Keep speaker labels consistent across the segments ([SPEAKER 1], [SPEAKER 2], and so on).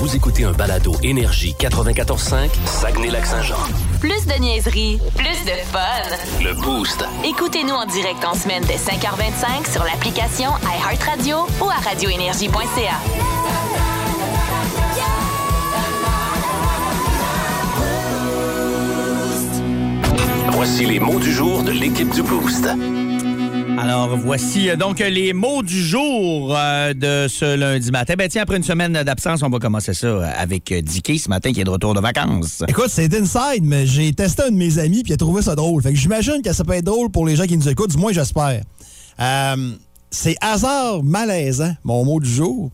[SPEAKER 1] Vous écoutez un balado Énergie 94.5, Saguenay-Lac-Saint-Jean.
[SPEAKER 2] Plus de niaiserie, plus de fun.
[SPEAKER 1] Le Boost.
[SPEAKER 2] Écoutez-nous en direct en semaine dès 5h25 sur l'application iHeartRadio ou à radioénergie.ca.
[SPEAKER 1] Voici les mots du jour de l'équipe du Boost.
[SPEAKER 3] Alors, voici euh, donc les mots du jour euh, de ce lundi matin. Ben tiens, après une semaine d'absence, on va commencer ça euh, avec euh, Dicky ce matin qui est de retour de vacances.
[SPEAKER 4] Écoute, c'est d'inside, mais j'ai testé un de mes amis puis il a trouvé ça drôle. Fait que j'imagine que ça peut être drôle pour les gens qui nous écoutent, du moins j'espère. Euh, c'est hasard malaisant, mon mot du jour.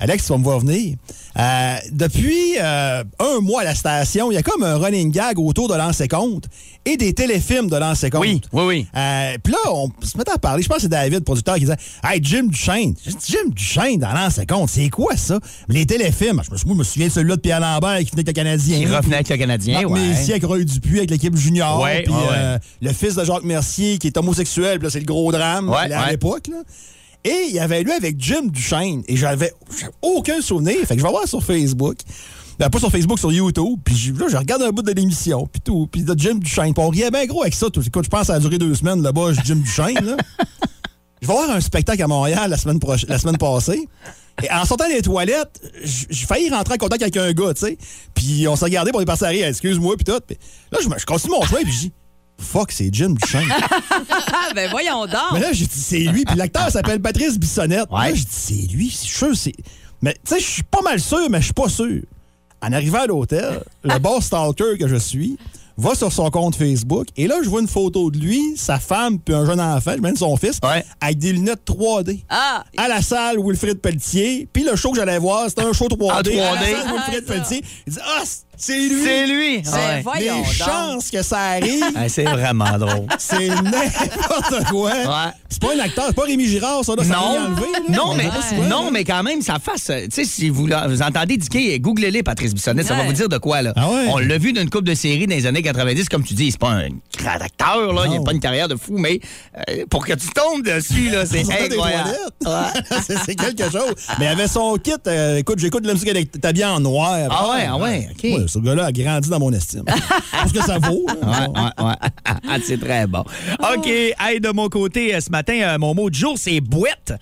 [SPEAKER 4] Alex, tu vas me voir venir. Euh, depuis euh, un mois à la station, il y a comme un running gag autour de l'ancien compte et des téléfilms de l'ancien compte.
[SPEAKER 3] Oui, oui, oui.
[SPEAKER 4] Euh, Puis là, on se mettait à parler. Je pense que c'est David, le producteur, qui disait Hey, Jim Duchesne. J'ai dit, Jim Duchesne dans l'ancien compte, c'est quoi ça Les téléfilms. Je me sou- moi, je me souviens de celui-là de Pierre Lambert qui venait avec le Canadien.
[SPEAKER 3] Il revenait avec le Canadien,
[SPEAKER 4] Marc
[SPEAKER 3] ouais.
[SPEAKER 4] Messier avec Roy Dupuis, avec l'équipe junior.
[SPEAKER 3] Ouais,
[SPEAKER 4] puis,
[SPEAKER 3] ouais,
[SPEAKER 4] euh, le fils de Jacques Mercier qui est homosexuel, puis là, c'est le gros drame
[SPEAKER 3] Ouais,
[SPEAKER 4] là, à
[SPEAKER 3] ouais.
[SPEAKER 4] l'époque. là. Et il y avait lui avec Jim Duchesne. Et j'avais j'avais aucun souvenir. Fait que je vais voir sur Facebook. Ben, pas sur Facebook, sur YouTube. Puis je- là, je regarde un bout de l'émission. Puis tout. Puis là, Jim Duchesne. Puis on riait bien gros avec ça. Tout. Écoute, je pense que ça a duré deux semaines là-bas, Jim Duchesne. là. Je vais voir un spectacle à Montréal la semaine, proche- la semaine passée. Et en sortant des toilettes, j- j'ai failli rentrer en contact avec un gars, tu sais. Puis on s'est regardé, puis on est passé à rire, excuse-moi, puis tout. Puis là, je, me- je continue mon chemin, puis je dis, fuck, c'est Jim Duchamp.
[SPEAKER 5] Ah, ben voyons
[SPEAKER 4] Mais
[SPEAKER 5] donc.
[SPEAKER 4] là, j'ai dit, c'est lui. Puis l'acteur s'appelle Patrice Bissonnette.
[SPEAKER 3] Ouais.
[SPEAKER 4] Là, j'ai dit, c'est lui. C'est sûr, c'est. Mais, tu sais, je suis pas mal sûr, mais je suis pas sûr. En arrivant à l'hôtel, le boss stalker que je suis va sur son compte Facebook et là, je vois une photo de lui, sa femme, puis un jeune enfant, même son fils,
[SPEAKER 3] Ouais.
[SPEAKER 4] avec des lunettes 3D.
[SPEAKER 5] Ah,
[SPEAKER 4] À la salle Wilfrid Pelletier, puis le show que j'allais voir, c'était un show 3D.
[SPEAKER 3] En 3D.
[SPEAKER 4] À la salle
[SPEAKER 5] Ah,
[SPEAKER 4] Wilfrid
[SPEAKER 5] ça.
[SPEAKER 4] Pelletier. Il dit Ah, c'est lui!
[SPEAKER 3] C'est lui.
[SPEAKER 5] ben
[SPEAKER 3] Ouais.
[SPEAKER 5] voyons
[SPEAKER 4] Les
[SPEAKER 5] donc.
[SPEAKER 4] chances que ça arrive,
[SPEAKER 3] Ouais, c'est vraiment drôle.
[SPEAKER 4] c'est n'importe quoi.
[SPEAKER 3] Ouais.
[SPEAKER 4] C'est pas un acteur, c'est pas Rémi Girard, ça, là, ça
[SPEAKER 3] Non,
[SPEAKER 4] vient enlevé, là.
[SPEAKER 3] non,
[SPEAKER 4] On
[SPEAKER 3] mais,
[SPEAKER 4] dirait pas souvent,
[SPEAKER 3] non
[SPEAKER 4] là.
[SPEAKER 3] mais quand même, ça fasse. euh, Tu sais, si vous, la- vous entendez Dicky, googlez-les, Patrice Bissonnette, ça va
[SPEAKER 5] Ouais.
[SPEAKER 3] vous dire de quoi, là.
[SPEAKER 4] Ah ouais?
[SPEAKER 3] On l'a vu d'une coupe de séries dans les années 90, comme tu dis, c'est pas un grand acteur, là, il n'y a
[SPEAKER 4] Non.
[SPEAKER 3] pas une carrière de fou, mais euh, pour que tu tombes dessus, là, c'est
[SPEAKER 4] On sortait des
[SPEAKER 3] incroyable.
[SPEAKER 4] toilettes. C'est- c'est quelque chose. Mais il avait son kit. euh, écoute, j'écoute de la musique avec habillé en noir.
[SPEAKER 3] Ah ouais, ah ouais, OK.
[SPEAKER 4] ce gars-là a grandi dans mon estime. Parce que ça vaut. là.
[SPEAKER 3] Ouais, ouais, ouais. Ah, c'est très bon. OK, hey, de mon côté, euh, ce matin, euh, mon mot du jour, c'est bouette.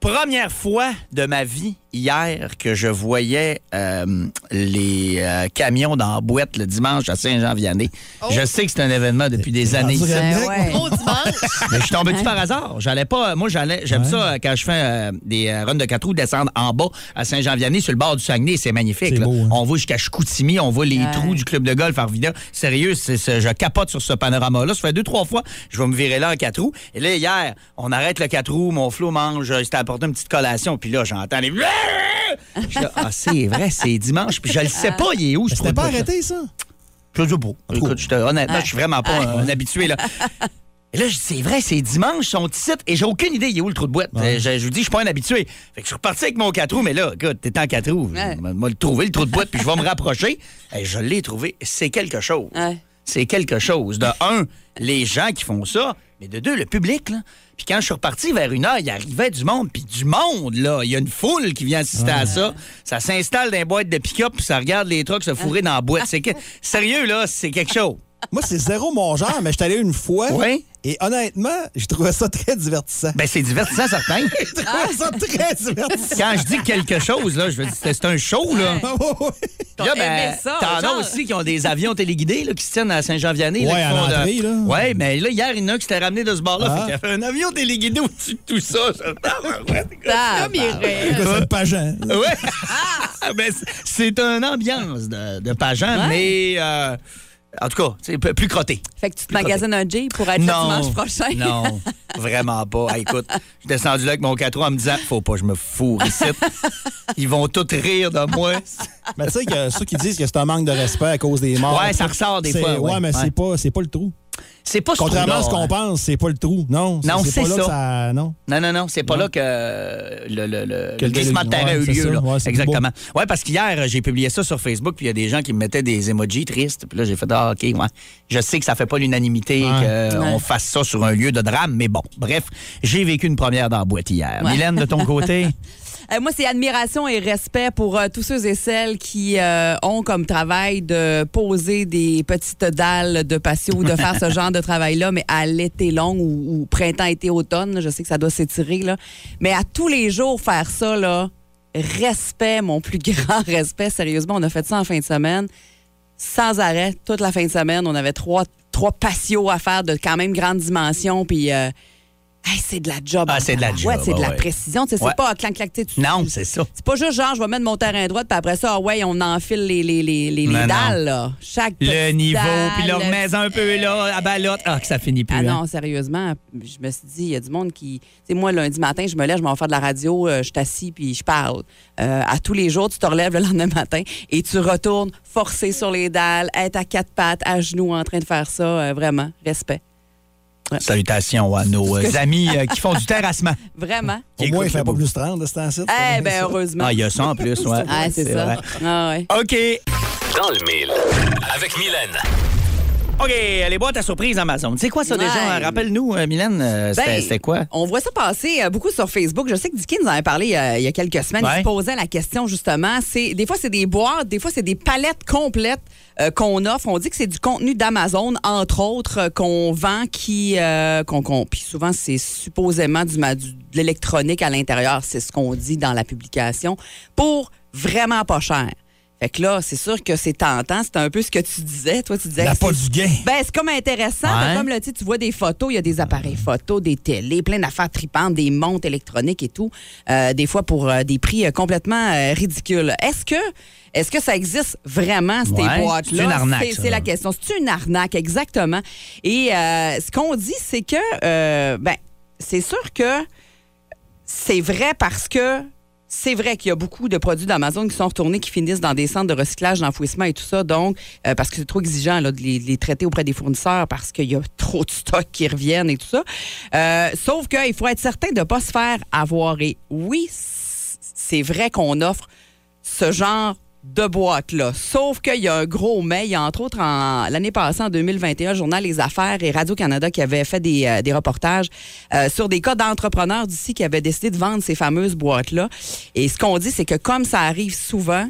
[SPEAKER 3] Première fois de ma vie hier que je voyais euh, les euh, camions dans la boîte le dimanche à Saint-Jean-Vianney. Je sais que c'est un événement depuis des
[SPEAKER 4] On
[SPEAKER 3] années.
[SPEAKER 4] dirait
[SPEAKER 3] ici.
[SPEAKER 4] bien que-
[SPEAKER 5] ouais.
[SPEAKER 6] Au dimanche.
[SPEAKER 3] Mais je suis tombé dessus par hasard. J'allais pas. Moi, j'allais. J'aime ça euh, quand je fais euh, des euh, runs de quatre roues, descendre en bas à Saint-Jean-Vianney sur le bord du Saguenay. C'est magnifique.
[SPEAKER 4] C'est
[SPEAKER 3] là.
[SPEAKER 4] beau, hein?
[SPEAKER 3] On voit jusqu'à Chicoutimi, on voit les
[SPEAKER 5] Ouais.
[SPEAKER 3] trous du club de golf Arvida. Sérieux, c'est, c'est- je capote sur ce panorama-là. Ça fait deux, trois fois, je vais me virer là en quatre roues. Et là, hier, on arrête le quatre roues, mon flot mange, j'étais apporté une petite collation, puis là, j'entends les. Je suis là, ah, c'est vrai, c'est dimanche, puis je le sais pas, il est où, ce
[SPEAKER 4] Ah. Mais C'était
[SPEAKER 3] trou de
[SPEAKER 4] pas
[SPEAKER 3] golf-là.
[SPEAKER 4] arrêté, Ah. ça?
[SPEAKER 3] Je sais pas. Écoute, je te- honnêtement, je suis vraiment pas un, un habitué, là. Et là, je dis, c'est vrai, c'est dimanche, ils sont ici, et j'ai aucune idée, il est où le trou de boîte. Euh, Je, je vous dis, je suis pas un habitué. Fait que je suis reparti avec mon 4 roues, mais là, écoute, t'es en 4 roues.
[SPEAKER 5] Ouais.
[SPEAKER 3] Je vais- moi, le trouver, le trou de boîte, puis je vais me rapprocher. Et je l'ai trouvé. C'est quelque chose.
[SPEAKER 5] Ouais.
[SPEAKER 3] C'est quelque chose. De un, les gens qui font ça, mais de deux, le public, là. Puis quand je suis reparti vers une heure, il arrivait du monde, puis du monde, là. Il y a une foule qui vient assister à ça. Ça s'installe dans les boîtes de pick-up, puis ça regarde les trucks se fourrer dans la boîte. C'est que... Sérieux, là, c'est quelque chose.
[SPEAKER 4] Moi, c'est zéro mon genre, mais je suis allé une fois.
[SPEAKER 3] Ouais.
[SPEAKER 4] Et honnêtement, j'ai trouvé ça très divertissant.
[SPEAKER 3] Ben, c'est divertissant, certain.
[SPEAKER 4] J'ai trouvé ça très divertissant.
[SPEAKER 3] Quand je dis quelque chose, là, je veux dire, c'est c'est un show, là.
[SPEAKER 4] Ah, ouais, ouais.
[SPEAKER 3] Là, ben,
[SPEAKER 5] aimé ça,
[SPEAKER 3] t'en
[SPEAKER 5] genre.
[SPEAKER 3] as aussi qui ont des avions téléguidés là, qui se tiennent à Saint-Jean-Vianney.
[SPEAKER 4] Ouais,
[SPEAKER 3] là, qui
[SPEAKER 4] à
[SPEAKER 3] font de-
[SPEAKER 4] l'entrée, là.
[SPEAKER 3] Ouais, mais là, hier, il y en a un qui s'était ramené de ce bord-là.
[SPEAKER 4] Ah.
[SPEAKER 3] Fait qu'il y avait un avion téléguidé au-dessus de tout ça. ça-
[SPEAKER 5] Ah, Ah.
[SPEAKER 6] Comme il rêve.
[SPEAKER 4] Écoute, c'est pageant.
[SPEAKER 3] Ouais. Ben, c'est- c'est une ambiance de, de
[SPEAKER 5] Ouais.
[SPEAKER 3] pageant, mais euh, en tout cas, c'est p- plus crotté.
[SPEAKER 5] Fait que tu te magasines un Jeep pour être là dimanche prochain.
[SPEAKER 3] non, vraiment pas. Hey, écoute, je suis descendu là avec mon 4 en me disant, faut pas, je me fous ici. Ils vont tous rire de moi.
[SPEAKER 4] Mais tu sais que ceux qui disent que c'est un manque de respect à cause des morts.
[SPEAKER 3] Ouais, ça ressort des
[SPEAKER 4] c'est-
[SPEAKER 3] fois,
[SPEAKER 4] Ouais,
[SPEAKER 3] ouais.
[SPEAKER 4] mais
[SPEAKER 3] Ouais.
[SPEAKER 4] c'est pas, c'est pas le trou.
[SPEAKER 3] C'est pas ce
[SPEAKER 4] Contrairement à ce
[SPEAKER 3] trou-là,
[SPEAKER 4] qu'on
[SPEAKER 3] hein.
[SPEAKER 4] pense, c'est pas le trou. Non,
[SPEAKER 3] Non, c'est
[SPEAKER 4] pas là que
[SPEAKER 3] ça.
[SPEAKER 4] ça. Non.
[SPEAKER 3] Non, non, non, c'est pas là que euh, le, le, le, le
[SPEAKER 4] Que le
[SPEAKER 3] glissement de
[SPEAKER 4] gars,
[SPEAKER 3] terrain a eu
[SPEAKER 4] ouais, c'est
[SPEAKER 3] lieu.
[SPEAKER 4] ça,
[SPEAKER 3] là.
[SPEAKER 4] ouais, c'est
[SPEAKER 3] Exactement. Ouais, parce qu'hier, euh, j'ai publié ça sur Facebook, puis il y a des gens qui me mettaient des emojis tristes. Puis là, j'ai fait, ah, OK, ouais. Je sais que ça fait pas l'unanimité qu'on fasse ça sur un lieu de drame, mais bon, bref, j'ai vécu une première dans la boîte hier. Mylène, de ton côté?
[SPEAKER 5] Euh, moi, c'est admiration et respect pour euh, tous ceux et celles qui euh, ont comme travail de poser des petites dalles de patio, ou de faire ce genre de travail-là, mais à l'été long ou, ou printemps, été, automne. là, Je sais que ça doit s'étirer, là. Mais à tous les jours, faire ça, là, respect, mon plus grand respect. Sérieusement, on a fait ça en fin de semaine sans arrêt toute la fin de semaine. On avait trois, trois patios à faire de quand même grande dimension. Puis, euh, hey, c'est de la job.
[SPEAKER 3] Ah, c'est de la job,
[SPEAKER 5] Ouais, c'est de la
[SPEAKER 3] ouais.
[SPEAKER 5] précision. Tu sais, C'est
[SPEAKER 3] Ouais.
[SPEAKER 5] pas clank clac tu sais, tu-
[SPEAKER 3] Non, c'est ça.
[SPEAKER 5] C'est pas juste genre, je vais mettre mon terrain droit, puis après ça, ah ouais, on enfile les, les, les, les, les
[SPEAKER 3] Non, non.
[SPEAKER 5] dalles, là. Chaque
[SPEAKER 3] Le
[SPEAKER 5] petite
[SPEAKER 3] niveau,
[SPEAKER 5] dalle,
[SPEAKER 3] puis leur
[SPEAKER 5] le-
[SPEAKER 3] maison un peu là, à balotte. Ah, que ça finit plus.
[SPEAKER 5] Ah
[SPEAKER 3] hein.
[SPEAKER 5] non, sérieusement, je me suis dit, il y a du monde qui. Tu sais, moi, lundi matin, je me lève, je m'en vais faire de la radio, euh, je t'assis, puis je parle. Euh, à tous les jours, tu te relèves le lendemain matin et tu retournes forcé sur les dalles, être à quatre pattes, à genoux, en train de faire ça. euh, vraiment, respect.
[SPEAKER 3] Salutations à nos euh, amis euh, qui font du terrassement.
[SPEAKER 5] Vraiment.
[SPEAKER 4] Au
[SPEAKER 3] Qui
[SPEAKER 4] moins, il
[SPEAKER 3] écoutent
[SPEAKER 4] fait pas
[SPEAKER 3] le
[SPEAKER 4] plus 30 de ce temps-ci.
[SPEAKER 5] Eh bien, heureusement.
[SPEAKER 3] Ah, il y a ça en plus, ouais.
[SPEAKER 5] Ah, c'est ça.
[SPEAKER 3] vrai.
[SPEAKER 5] Ah, ouais.
[SPEAKER 3] OK.
[SPEAKER 1] Dans le mille. Avec Mylène.
[SPEAKER 3] OK, les boîtes à surprise Amazon. C'est quoi ça déjà?
[SPEAKER 5] Ouais.
[SPEAKER 3] Rappelle-nous, euh, Mylène, euh, c'était
[SPEAKER 5] Ben,
[SPEAKER 3] c'était quoi?
[SPEAKER 5] On voit ça passer euh, beaucoup sur Facebook. Je sais que Dicky nous en a parlé euh, il y a quelques semaines.
[SPEAKER 3] Ouais.
[SPEAKER 5] Il se posait la question justement. C'est des fois c'est des boîtes, des fois c'est des palettes complètes euh, qu'on offre. On dit que c'est du contenu d'Amazon entre autres euh, qu'on vend, qui euh, qu'on qu'on- puis souvent c'est supposément du, ma- du- de l'électronique à l'intérieur. C'est ce qu'on dit dans la publication pour vraiment pas cher. Fait que là, c'est sûr que c'est tentant. C'est un peu ce que tu disais. Toi, tu disais.
[SPEAKER 4] La
[SPEAKER 5] que
[SPEAKER 4] pas
[SPEAKER 5] c'est-
[SPEAKER 4] du gain.
[SPEAKER 5] ben, c'est comme intéressant.
[SPEAKER 3] Ouais.
[SPEAKER 5] Ben, Comme là, tu sais, tu vois des photos, il y a des appareils photos, des télés, plein d'affaires tripantes, des montres électroniques et tout. euh, des fois pour euh, des prix euh, complètement euh, ridicules. Est-ce que, est-ce que ça existe vraiment, ces
[SPEAKER 3] Ouais,
[SPEAKER 5] boîtes-là?
[SPEAKER 3] c'est une arnaque,
[SPEAKER 5] C'est-
[SPEAKER 3] ça.
[SPEAKER 5] C'est la question. C'est une arnaque, exactement. Et euh, ce qu'on dit, c'est que, euh, ben, c'est sûr que c'est vrai parce que c'est vrai qu'il y a beaucoup de produits d'Amazon qui sont retournés, qui finissent dans des centres de recyclage, d'enfouissement et tout ça. Donc, euh, parce que c'est trop exigeant là, de les, de les traiter auprès des fournisseurs parce qu'il y a trop de stocks qui reviennent et tout ça. Euh, sauf qu'il faut être certain de ne pas se faire avoir. Et oui, c- c'est vrai qu'on offre ce genre de boîte-là. Sauf qu'il y a un gros mais. Il y a entre autres, en- l'année passée, en 2021, le Journal Les Affaires et Radio-Canada qui avaient fait des, euh, des reportages euh, sur des cas d'entrepreneurs d'ici qui avaient décidé de vendre ces fameuses boîtes-là. Et ce qu'on dit, c'est que comme ça arrive souvent,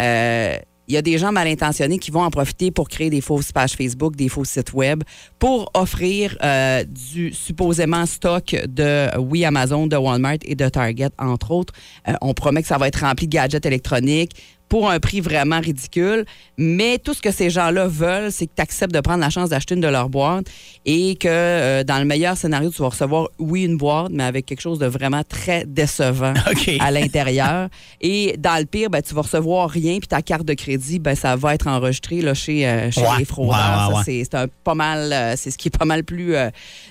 [SPEAKER 5] euh, il y a des gens mal intentionnés qui vont en profiter pour créer des fausses pages Facebook, des faux sites web, pour offrir euh, du supposément stock de, oui, Amazon, de Walmart et de Target, entre autres. Euh, on promet que ça va être rempli de gadgets électroniques pour un prix vraiment ridicule. Mais tout ce que ces gens-là veulent, c'est que tu acceptes de prendre la chance d'acheter une de leurs boîtes et que euh, dans le meilleur scénario, tu vas recevoir, oui, une boîte, mais avec quelque chose de vraiment très décevant
[SPEAKER 3] OK.
[SPEAKER 5] à l'intérieur. Et dans le pire, ben, tu vas recevoir rien, puis ta carte de crédit, ben, ça va être enregistré là, chez, euh, chez
[SPEAKER 3] Ouais,
[SPEAKER 5] les fraudeurs.
[SPEAKER 3] ouais, ouais,
[SPEAKER 5] Ça,
[SPEAKER 3] ouais.
[SPEAKER 5] c'est- C'est un pas mal, euh, c'est ce qui est pas mal plus euh,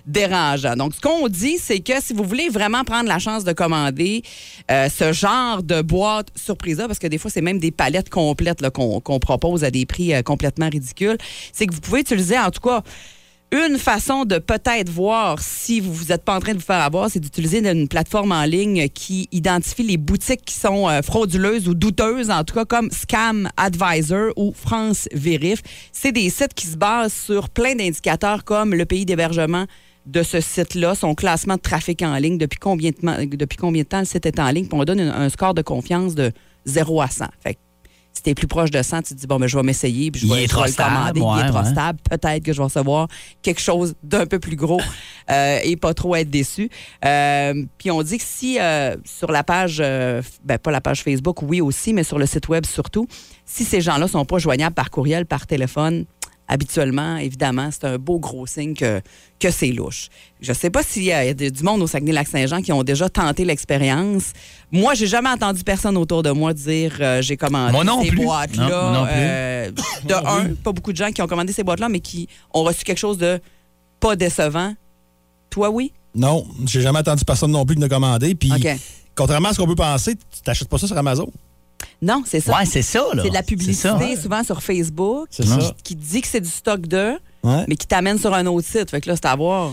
[SPEAKER 5] dérangeant. Donc, ce qu'on dit, c'est que si vous voulez vraiment prendre la chance de commander euh, ce genre de boîte surprise-là, parce que des fois, c'est même des palettes complètes là, qu'on qu'on propose à des prix euh, complètement ridicules, c'est que vous pouvez utiliser, en tout cas, une façon de peut-être voir si vous vous êtes pas en train de vous faire avoir, c'est d'utiliser une plateforme en ligne qui identifie les boutiques qui sont euh, frauduleuses ou douteuses, en tout cas comme Scam Advisor ou France Vérif. C'est des sites qui se basent sur plein d'indicateurs comme le pays d'hébergement de ce site-là, son classement de trafic en ligne, depuis combien de, temps- depuis combien de temps le site est en ligne, puis on donne un, un score de confiance de 0 à 100. Fait que si t'es plus proche de 100, tu te dis, bon, mais je vais m'essayer, puis je
[SPEAKER 3] Il
[SPEAKER 5] vais,
[SPEAKER 3] est
[SPEAKER 5] je
[SPEAKER 3] trop
[SPEAKER 5] vais le commander,
[SPEAKER 3] stable,
[SPEAKER 5] il
[SPEAKER 3] ouais,
[SPEAKER 5] est trop
[SPEAKER 3] ouais.
[SPEAKER 5] stable. Peut-être que je vais recevoir quelque chose d'un peu plus gros euh, et pas trop être déçu. Euh, puis on dit que si, euh, sur la page, euh, f- ben, pas la page Facebook, oui aussi, mais sur le site web surtout, si ces gens-là sont pas joignables par courriel, par téléphone, habituellement, évidemment, c'est un beau gros signe que, que c'est louche. Je sais pas s'il y a de- du monde au Saguenay-Lac-Saint-Jean qui ont déjà tenté l'expérience. Moi, j'ai jamais entendu personne autour de moi dire euh, j'ai commandé
[SPEAKER 3] Moi non
[SPEAKER 5] ces
[SPEAKER 3] plus.
[SPEAKER 5] boîtes-là.
[SPEAKER 3] Non, moi non plus.
[SPEAKER 5] Euh, de
[SPEAKER 3] Ah
[SPEAKER 5] un, pas beaucoup de gens qui ont commandé ces boîtes-là, mais qui ont reçu quelque chose de pas décevant. Toi, oui?
[SPEAKER 4] Non, j'ai jamais entendu personne non plus qui ne commander. Puis,
[SPEAKER 5] OK.
[SPEAKER 4] contrairement à ce qu'on peut penser, tu t'achètes pas ça sur Amazon.
[SPEAKER 5] Non, c'est ça.
[SPEAKER 3] Ouais, c'est ça, là.
[SPEAKER 5] c'est de la
[SPEAKER 3] ça.
[SPEAKER 5] publicité, souvent sur Facebook,
[SPEAKER 4] C'est ça.
[SPEAKER 5] qui dit que c'est du stock de,
[SPEAKER 4] Ouais.
[SPEAKER 5] mais qui t'amène sur un autre site. Fait que là, c'est à voir.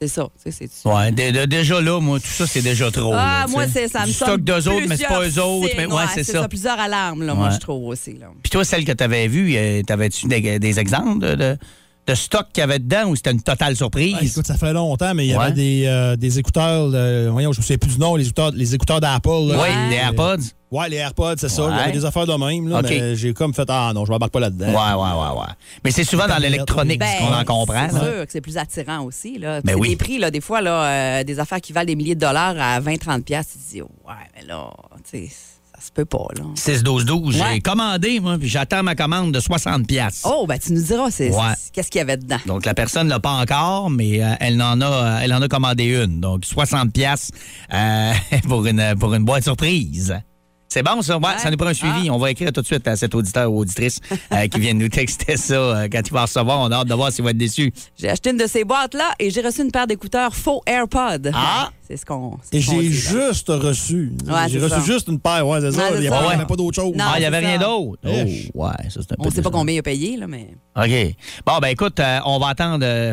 [SPEAKER 5] C'est ça. tu sais, c'est-
[SPEAKER 3] Ouais, dé- dé- déjà là, moi, tout ça, c'est déjà trop.
[SPEAKER 5] Ah,
[SPEAKER 3] là, Oh, tu
[SPEAKER 5] moi,
[SPEAKER 3] sais.
[SPEAKER 5] c'est ça me
[SPEAKER 3] Du
[SPEAKER 5] sonne
[SPEAKER 3] stock d'eux autres, mais c'est pas eux
[SPEAKER 5] plusieurs
[SPEAKER 3] autres. Mais
[SPEAKER 5] signes.
[SPEAKER 3] ouais, c'est ça.
[SPEAKER 5] Plusieurs alarmes, là, moi,
[SPEAKER 3] Ouais.
[SPEAKER 5] je trouve aussi. Là.
[SPEAKER 3] Puis toi, celle que t'avais vue, euh, t'avais-tu des, des exemples de, de- de stock qu'il y avait dedans ou c'était une totale surprise?
[SPEAKER 4] Ah, écoute, ça fait longtemps, mais il y
[SPEAKER 3] Ouais.
[SPEAKER 4] avait des, euh, des écouteurs, euh, voyons, je me souviens plus du nom, les écouteurs, les écouteurs d'Apple. là.
[SPEAKER 3] Oui,
[SPEAKER 4] Euh,
[SPEAKER 3] les AirPods.
[SPEAKER 4] Ouais, les AirPods, c'est ça.
[SPEAKER 3] Ouais.
[SPEAKER 4] Il y avait des affaires de même, là,
[SPEAKER 3] OK.
[SPEAKER 4] mais j'ai comme fait, ah non, je m'embarque pas
[SPEAKER 3] Ouais, ouais,
[SPEAKER 4] là-dedans.
[SPEAKER 3] ouais, ouais. Mais c'est souvent dans
[SPEAKER 4] Internet,
[SPEAKER 3] l'électronique
[SPEAKER 4] oui.
[SPEAKER 3] ce qu'on en comprend.
[SPEAKER 5] Ben, C'est
[SPEAKER 3] là.
[SPEAKER 5] sûr que c'est plus attirant aussi. Là. Puis
[SPEAKER 3] Ben
[SPEAKER 5] c'est
[SPEAKER 3] oui.
[SPEAKER 5] Des prix, là, des fois, là, euh, des affaires qui valent des milliers de dollars à 20-30$, piastres, tu te dis, ouais, mais là, tu sais, ça se peut pas. Là.
[SPEAKER 3] 6-12-12, j'ai
[SPEAKER 5] Ouais.
[SPEAKER 3] commandé, moi, puis j'attends ma commande de 60$. piastres.
[SPEAKER 5] Oh, ben tu nous diras, c'est,
[SPEAKER 3] Ouais.
[SPEAKER 5] c'est- qu'est-ce qu'il y avait dedans.
[SPEAKER 3] Donc, la personne l'a pas encore, mais euh, elle, en a, euh, elle en a commandé une. Donc, 60$ piastres, euh, pour, une, pour une boîte surprise. C'est bon, ça? Ouais,
[SPEAKER 5] Ouais. Ah.
[SPEAKER 3] Ça nous prend un suivi. On va écrire tout de suite à cet auditeur ou auditrice euh, qui vient de nous texter ça euh, quand il va recevoir. On a hâte de voir s'il va être déçu.
[SPEAKER 5] J'ai acheté une de ces boîtes-là et j'ai reçu une paire d'écouteurs faux AirPods.
[SPEAKER 3] Ah!
[SPEAKER 5] C'est ce qu'on. c'est
[SPEAKER 4] Et
[SPEAKER 5] ce qu'on
[SPEAKER 4] j'ai
[SPEAKER 5] dit, là.
[SPEAKER 4] juste reçu.
[SPEAKER 5] Ouais,
[SPEAKER 4] j'ai
[SPEAKER 5] c'est
[SPEAKER 4] reçu
[SPEAKER 5] ça.
[SPEAKER 4] juste une paire, ouais, c'est ça.
[SPEAKER 5] Ouais,
[SPEAKER 4] Il
[SPEAKER 5] c'est
[SPEAKER 4] n'y avait
[SPEAKER 5] ça.
[SPEAKER 4] il y avait pas d'autre chose.
[SPEAKER 5] Non.
[SPEAKER 3] ah, il n'y avait
[SPEAKER 5] c'est
[SPEAKER 3] rien
[SPEAKER 5] ça.
[SPEAKER 3] d'autre? Oh, ouais,
[SPEAKER 4] Ish.
[SPEAKER 3] ça, c'est un peu
[SPEAKER 5] On sait pas
[SPEAKER 3] décevant.
[SPEAKER 5] combien il a payé, là, mais.
[SPEAKER 3] OK. Bon, ben écoute, euh, on va attendre euh,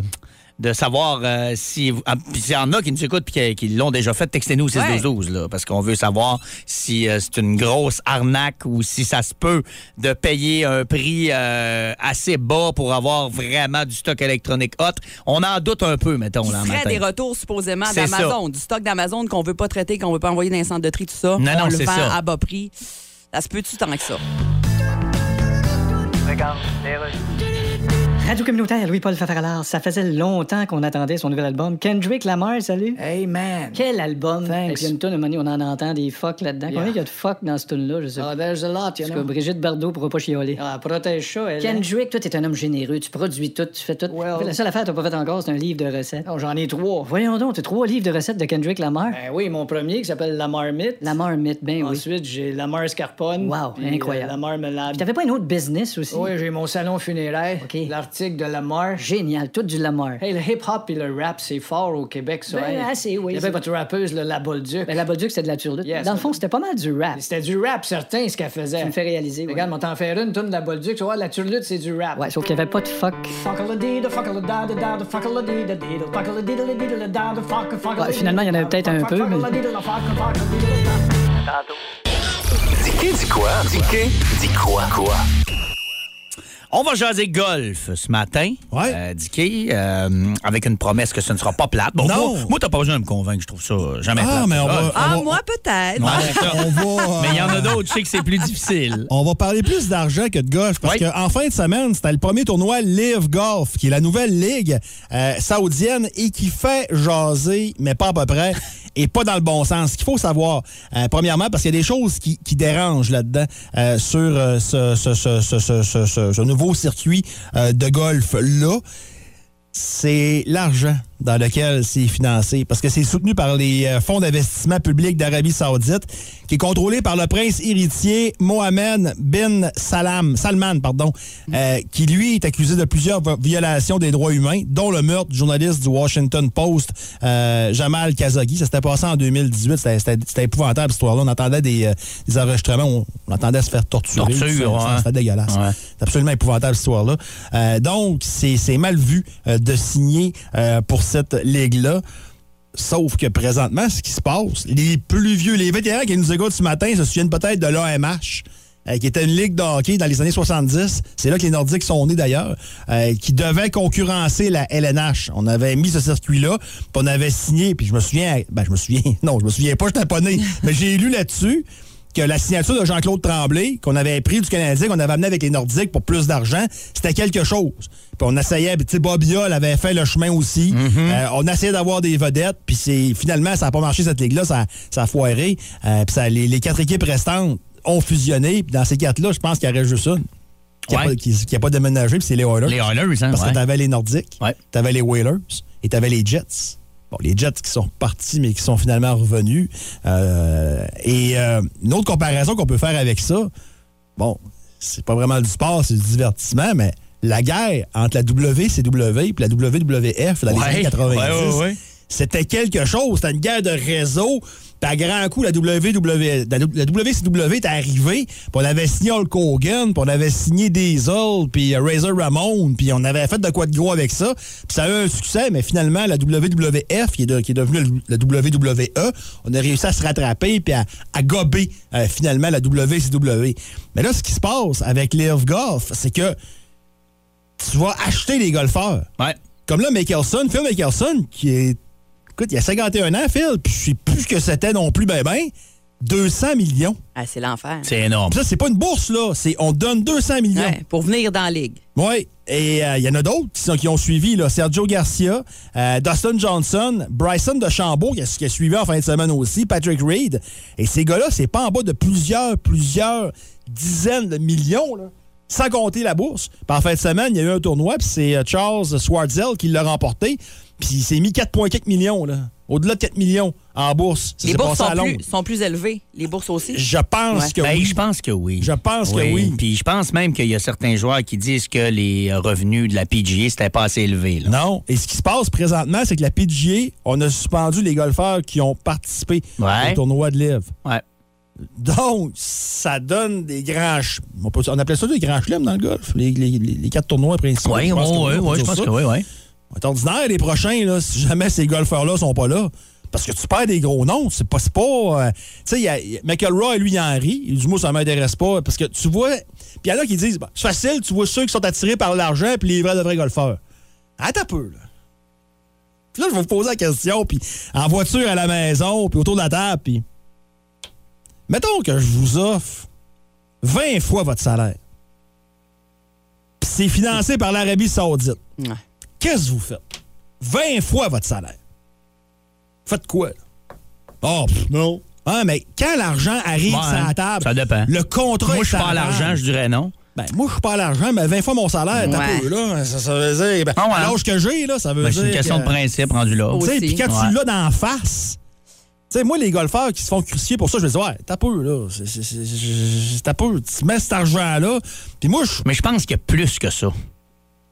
[SPEAKER 3] de savoir euh, si. ah, puis s'il y en a qui nous écoutent et qui, qui l'ont déjà fait, textez-nous au 612 là, parce qu'on veut savoir si euh, c'est une grosse arnaque ou si ça se peut de payer un prix euh, assez bas pour avoir vraiment du stock électronique hot. On en doute un peu, mettons,
[SPEAKER 5] Qui
[SPEAKER 3] là, en
[SPEAKER 5] serait
[SPEAKER 3] matin.
[SPEAKER 5] des retours supposément
[SPEAKER 3] C'est ça.
[SPEAKER 5] d'Amazon, du stock d'Amazon qu'on veut pas traiter, qu'on veut pas envoyer dans les centres de tri, tout ça.
[SPEAKER 3] Non,
[SPEAKER 5] On
[SPEAKER 3] non,
[SPEAKER 5] le
[SPEAKER 3] c'est
[SPEAKER 5] vend
[SPEAKER 3] ça.
[SPEAKER 5] à bas prix. Ça se peut-tu tant que ça?
[SPEAKER 7] Radio communautaire, Louis-Paul Fafaralard. Ça faisait longtemps qu'on attendait son nouvel album. Kendrick Lamar, salut.
[SPEAKER 8] Hey man.
[SPEAKER 7] Quel album?
[SPEAKER 8] Thanks.
[SPEAKER 7] Et puis il y a une tonne, on en entend des fuck là-dedans. Combien il y a de fuck dans ce tune là je sais pas.
[SPEAKER 8] Oh, there's a lot, you
[SPEAKER 7] En tout cas,
[SPEAKER 8] know.
[SPEAKER 7] Brigitte Bardot pourra pas chialer.
[SPEAKER 8] Ah, protège ça, elle. hein.
[SPEAKER 7] Kendrick, toi, t'es un homme généreux. Tu produis tout, tu fais tout.
[SPEAKER 8] Well.
[SPEAKER 7] La seule affaire que t'as pas faite encore, c'est un livre de recettes.
[SPEAKER 8] Non, j'en ai trois.
[SPEAKER 7] Voyons donc, t'as trois livres de recettes de Kendrick Lamar.
[SPEAKER 8] Ben oui, mon premier qui s'appelle La Marmite.
[SPEAKER 7] La marmite, ben oui.
[SPEAKER 8] Ensuite, j'ai La Mar Scarpone.
[SPEAKER 7] Wow,
[SPEAKER 8] Puis,
[SPEAKER 7] incroyable.
[SPEAKER 8] euh, la Marmelade.
[SPEAKER 7] Puis t'avais pas un autre business aussi?
[SPEAKER 8] Oui, j'ai mon salon funéraire.
[SPEAKER 7] OK.
[SPEAKER 8] L'article de La Mar.
[SPEAKER 7] Génial, tout du Lamar.
[SPEAKER 8] Hey, le hip-hop et le rap, c'est fort au Québec, ça.
[SPEAKER 7] Ben,
[SPEAKER 8] hein.
[SPEAKER 7] assez, oui.
[SPEAKER 8] Il y avait votre rappeuse, le La Bolduc.
[SPEAKER 7] Ben, la Bolduc, c'était de la turlute.
[SPEAKER 8] Yes.
[SPEAKER 7] Dans le fond, c'était pas mal du rap.
[SPEAKER 8] C'était du rap, certain, ce qu'elle faisait.
[SPEAKER 7] Tu me fais réaliser, oui.
[SPEAKER 8] Regarde, on t'en fait une, tourne de La Bolduc. Tu vois, la turlute, c'est du rap.
[SPEAKER 7] Ouais, sauf qu'il y avait pas de fuck. Ouais, finalement, il y en avait peut-être un peu, mais-
[SPEAKER 1] Dicky dit quoi? Dicky dit quoi? Quoi?
[SPEAKER 3] On va jaser golf ce matin,
[SPEAKER 4] Ouais.
[SPEAKER 3] euh, Dicky, euh, avec une promesse que ce ne sera pas plate. Bon,
[SPEAKER 4] Non.
[SPEAKER 3] Moi, moi, t'as pas besoin de me convaincre, je trouve ça jamais
[SPEAKER 4] Ah,
[SPEAKER 3] plate.
[SPEAKER 4] mais on va.
[SPEAKER 5] Ah,
[SPEAKER 4] on va-
[SPEAKER 5] moi, peut-être.
[SPEAKER 3] Ouais, c'est ça.
[SPEAKER 4] on va, euh,
[SPEAKER 3] Mais il y en a d'autres, je sais que c'est plus difficile.
[SPEAKER 4] On va parler plus d'argent que de golf
[SPEAKER 3] Oui.
[SPEAKER 4] parce qu'en fin de semaine, c'était le premier tournoi Live Golf, qui est la nouvelle ligue euh, saoudienne et qui fait jaser, mais pas à peu près, et pas dans le bon sens. Ce qu'il faut savoir, euh, premièrement, parce qu'il y a des choses qui, qui dérangent là-dedans euh, sur euh, ce, ce- ce- ce- ce- ce- ce- ce nouveau circuit euh, de golf-là c'est l'argent dans lequel c'est financé, parce que c'est soutenu par les euh, fonds d'investissement public d'Arabie saoudite, qui est contrôlé par le prince héritier Mohamed bin Salam, Salman, pardon,
[SPEAKER 3] Mm.
[SPEAKER 4] euh, qui lui est accusé de plusieurs vo- violations des droits humains, dont le meurtre du journaliste du Washington Post, euh, Jamal Khashoggi. Ça s'était passé en 2018, c'était- c'était c'était épouvantable cette histoire-là. On entendait des, euh, des enregistrements, on, on entendait se faire torturer.
[SPEAKER 3] Torture,
[SPEAKER 4] C'était-
[SPEAKER 3] ouais.
[SPEAKER 4] c'était dégueulasse.
[SPEAKER 3] Ouais.
[SPEAKER 4] C'est absolument épouvantable cette histoire-là. Euh, donc, c'est c'est mal vu euh, de signer euh, pour cette ligue-là. Sauf que présentement, ce qui se passe, les plus vieux, les vétérans qui nous écoutent ce matin se souviennent peut-être de l'AMH, euh, qui était une ligue de hockey dans les années 70. C'est là que les Nordiques sont nés d'ailleurs, euh, qui devait concurrencer la LNH. On avait mis ce circuit-là, puis on avait signé, puis je me souviens, ben je me souviens, non, je me souviens pas, je pas né, mais j'ai lu là-dessus que la signature de Jean-Claude Tremblay, qu'on avait pris du Canadien, qu'on avait amené avec les Nordiques pour plus d'argent, c'était quelque chose. Puis on essayait, puis tu sais, Bob Yol avait fait le chemin aussi.
[SPEAKER 3] Mhm.
[SPEAKER 4] Euh, on essayait d'avoir des vedettes, puis c'est finalement, ça n'a pas marché cette ligue-là, ça, ça a foiré. Euh, puis ça, les, les quatre équipes restantes ont fusionné, puis dans ces quatre-là, je pense qu'il y aurait juste une qui n'a
[SPEAKER 3] Ouais.
[SPEAKER 4] pas, qui- qui a pas déménagé, puis c'est les Oilers.
[SPEAKER 3] Les Oilers, hein,
[SPEAKER 4] Parce
[SPEAKER 3] ouais.
[SPEAKER 4] que t'avais les Nordiques,
[SPEAKER 3] Ouais.
[SPEAKER 4] t'avais les Whalers et t'avais les Jets. Bon, les Jets qui sont partis, mais qui sont finalement revenus. Euh, et euh, une autre comparaison qu'on peut faire avec ça, bon, c'est pas vraiment du sport, c'est du divertissement, mais la guerre entre la WCW et la WWF dans les
[SPEAKER 3] Ouais.
[SPEAKER 4] années 90,
[SPEAKER 3] Ouais, ouais, ouais.
[SPEAKER 4] c'était quelque chose. C'était une guerre de réseau. Puis à grand coup, la, WW, la, W- la WCW est arrivée. Puis on avait signé Hulk Hogan, puis on avait signé Diesel, puis euh, Razor Ramon, puis on avait fait de quoi de gros avec ça. Puis ça a eu un succès, mais finalement, la WWF, qui est, de- qui est devenue la WWE, E, on a réussi à se rattraper puis à, à gober euh, finalement la WCW. Mais là, ce qui se passe avec Live Golf, c'est que tu tu vas acheter des golfeurs.
[SPEAKER 3] Ouais.
[SPEAKER 4] Comme là, Mickelson, Phil Mickelson, qui est. Écoute, il a 51 ans, Phil, puis je sais plus ce que c'était non plus, ben ben. 200 millions.
[SPEAKER 5] Ah, c'est l'enfer.
[SPEAKER 3] C'est énorme.
[SPEAKER 4] Puis ça, c'est pas une bourse, là. C'est on te donne 200 millions.
[SPEAKER 5] Ouais, pour venir dans la ligue.
[SPEAKER 4] Oui, et euh, il y en a d'autres qui, sont- qui ont suivi. Là. Sergio Garcia, euh, Dustin Johnson, Bryson DeChambeau, qui a, qui a suivi en fin de semaine aussi, Patrick Reed. Et ces gars-là, c'est pas en bas de plusieurs, plusieurs dizaines de millions, là, sans compter la bourse. Puis en fin de semaine, il y a eu un tournoi, puis c'est euh, Charles Swartzel qui l'a remporté. Puis il s'est mis 4,4 millions, là. au-delà de 4 millions en bourse. Ça
[SPEAKER 5] Les
[SPEAKER 4] s'est
[SPEAKER 5] bourses
[SPEAKER 4] passé à
[SPEAKER 5] sont plus,
[SPEAKER 4] Londres.
[SPEAKER 5] sont plus élevées. Les bourses aussi.
[SPEAKER 4] Je pense
[SPEAKER 5] Ouais.
[SPEAKER 4] que
[SPEAKER 3] Ben,
[SPEAKER 4] oui.
[SPEAKER 3] Je pense que oui.
[SPEAKER 4] Je pense que oui.
[SPEAKER 3] Puis je pense même qu'il y a certains joueurs qui disent que les euh, revenus de la PGA, c'était pas assez élevé. là.
[SPEAKER 4] Non. Et ce qui se passe présentement, c'est que la PGA, on a suspendu les golfeurs qui ont participé
[SPEAKER 3] Ouais.
[SPEAKER 4] au tournoi de Live.
[SPEAKER 3] Ouais.
[SPEAKER 4] Donc, ça donne des grands... ch- On, peut- on appelait ça des grands chelems dans le golf, les, les- les- les quatre tournois principaux.
[SPEAKER 3] Oui, oui,
[SPEAKER 4] Je pense qu'on
[SPEAKER 3] oui,
[SPEAKER 4] peut
[SPEAKER 3] je
[SPEAKER 4] dire
[SPEAKER 3] pense
[SPEAKER 4] ça.
[SPEAKER 3] que oui, oui.
[SPEAKER 4] C'est ordinaire, les prochains, là, si jamais ces golfeurs-là sont pas là. Parce que tu perds des gros noms. C'est pas. c'est pas euh, tu sais, il y a- il y a- McElroy, lui, il en rit. Il dit, moi, ça m'intéresse pas. Parce que tu vois. Puis il y en a qui disent, bah, c'est facile, tu vois ceux qui sont attirés par l'argent, puis les vrais de vrais golfeurs. Attends un peu, là. Puis là, je vais vous poser la question, puis en voiture, à la maison, puis autour de la table, puis. Mettons que je vous offre 20 fois votre salaire. Puis c'est financé par l'Arabie Saoudite
[SPEAKER 5] Ouais.
[SPEAKER 4] qu'est-ce que vous faites? 20 fois votre salaire. Faites quoi? là? Oh, pff, non. Ah, mais quand l'argent arrive
[SPEAKER 3] Ouais,
[SPEAKER 4] sur la table,
[SPEAKER 3] ça dépend.
[SPEAKER 4] le contrat
[SPEAKER 3] Moi,
[SPEAKER 4] est
[SPEAKER 3] je
[SPEAKER 4] sur
[SPEAKER 3] parle
[SPEAKER 4] la
[SPEAKER 3] l'argent,
[SPEAKER 4] table.
[SPEAKER 3] je dirais non.
[SPEAKER 4] Ben, moi, je suis pas à l'argent, mais 20 fois mon salaire, t'as
[SPEAKER 5] Ouais.
[SPEAKER 4] peu, là. Ça, ça veut dire. Ben,
[SPEAKER 3] Ah ouais.
[SPEAKER 4] L'âge que j'ai, là, ça veut
[SPEAKER 3] Ben,
[SPEAKER 4] dire.
[SPEAKER 3] c'est une question
[SPEAKER 4] que-
[SPEAKER 3] de principe rendu là.
[SPEAKER 5] Oui.
[SPEAKER 4] Tu sais,
[SPEAKER 5] aussi.
[SPEAKER 4] puis quand
[SPEAKER 3] Ouais.
[SPEAKER 4] tu l'as d'en face. Tu sais, moi, les golfeurs qui se font crucifier pour ça, je me dis, ouais, t'as peu, là. C'est- c'est- c'est- c'est- T'as peu. Tu mets cet argent-là. Puis moi, je suis.
[SPEAKER 3] Mais je pense qu'il y a plus que ça.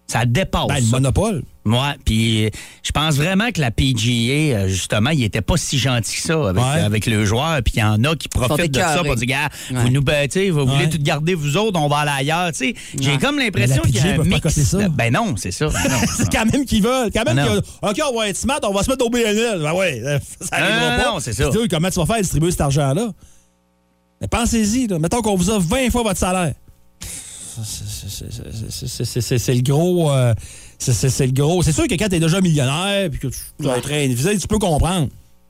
[SPEAKER 3] Ça dépasse.
[SPEAKER 4] Ben, le
[SPEAKER 3] ça.
[SPEAKER 4] monopole.
[SPEAKER 3] Ouais, puis euh, je pense vraiment que la PGA, euh, justement, il était pas si gentil que ça avec,
[SPEAKER 4] Ouais.
[SPEAKER 3] avec le joueur. Puis il y en a qui profitent de ça
[SPEAKER 5] écœurés.
[SPEAKER 3] pour dire, gars,
[SPEAKER 5] Ouais.
[SPEAKER 3] vous nous battez, vous voulez
[SPEAKER 4] Ouais.
[SPEAKER 3] tout garder vous autres, on va aller ailleurs. Tu sais, j'ai comme l'impression
[SPEAKER 4] Mais la
[SPEAKER 3] qu'il y a
[SPEAKER 4] PGA
[SPEAKER 3] un
[SPEAKER 4] peuvent pas
[SPEAKER 3] mix.
[SPEAKER 4] coter ça.
[SPEAKER 3] de- Ben non, c'est ça. Ben non.
[SPEAKER 4] C'est quand même qu'ils veulent. Quand même
[SPEAKER 3] Ah non.
[SPEAKER 4] qu'ils ont- OK, on va être smart, on va se mettre au BNL. Ben ouais, ça arrivera
[SPEAKER 3] non,
[SPEAKER 4] pas.
[SPEAKER 3] non, c'est ça.
[SPEAKER 4] Puis, dude, comment tu vas faire à distribuer cet argent-là? Mais pensez-y, là. mettons qu'on vous offre 20 fois votre salaire. C'est- c'est- c'est- c'est- c'est- c'est- C'est c'est le gros. euh, c'est- c'est c'est le gros. C'est sûr que quand t'es déjà millionnaire puis que tu tu as un train de visite, tu peux comprendre.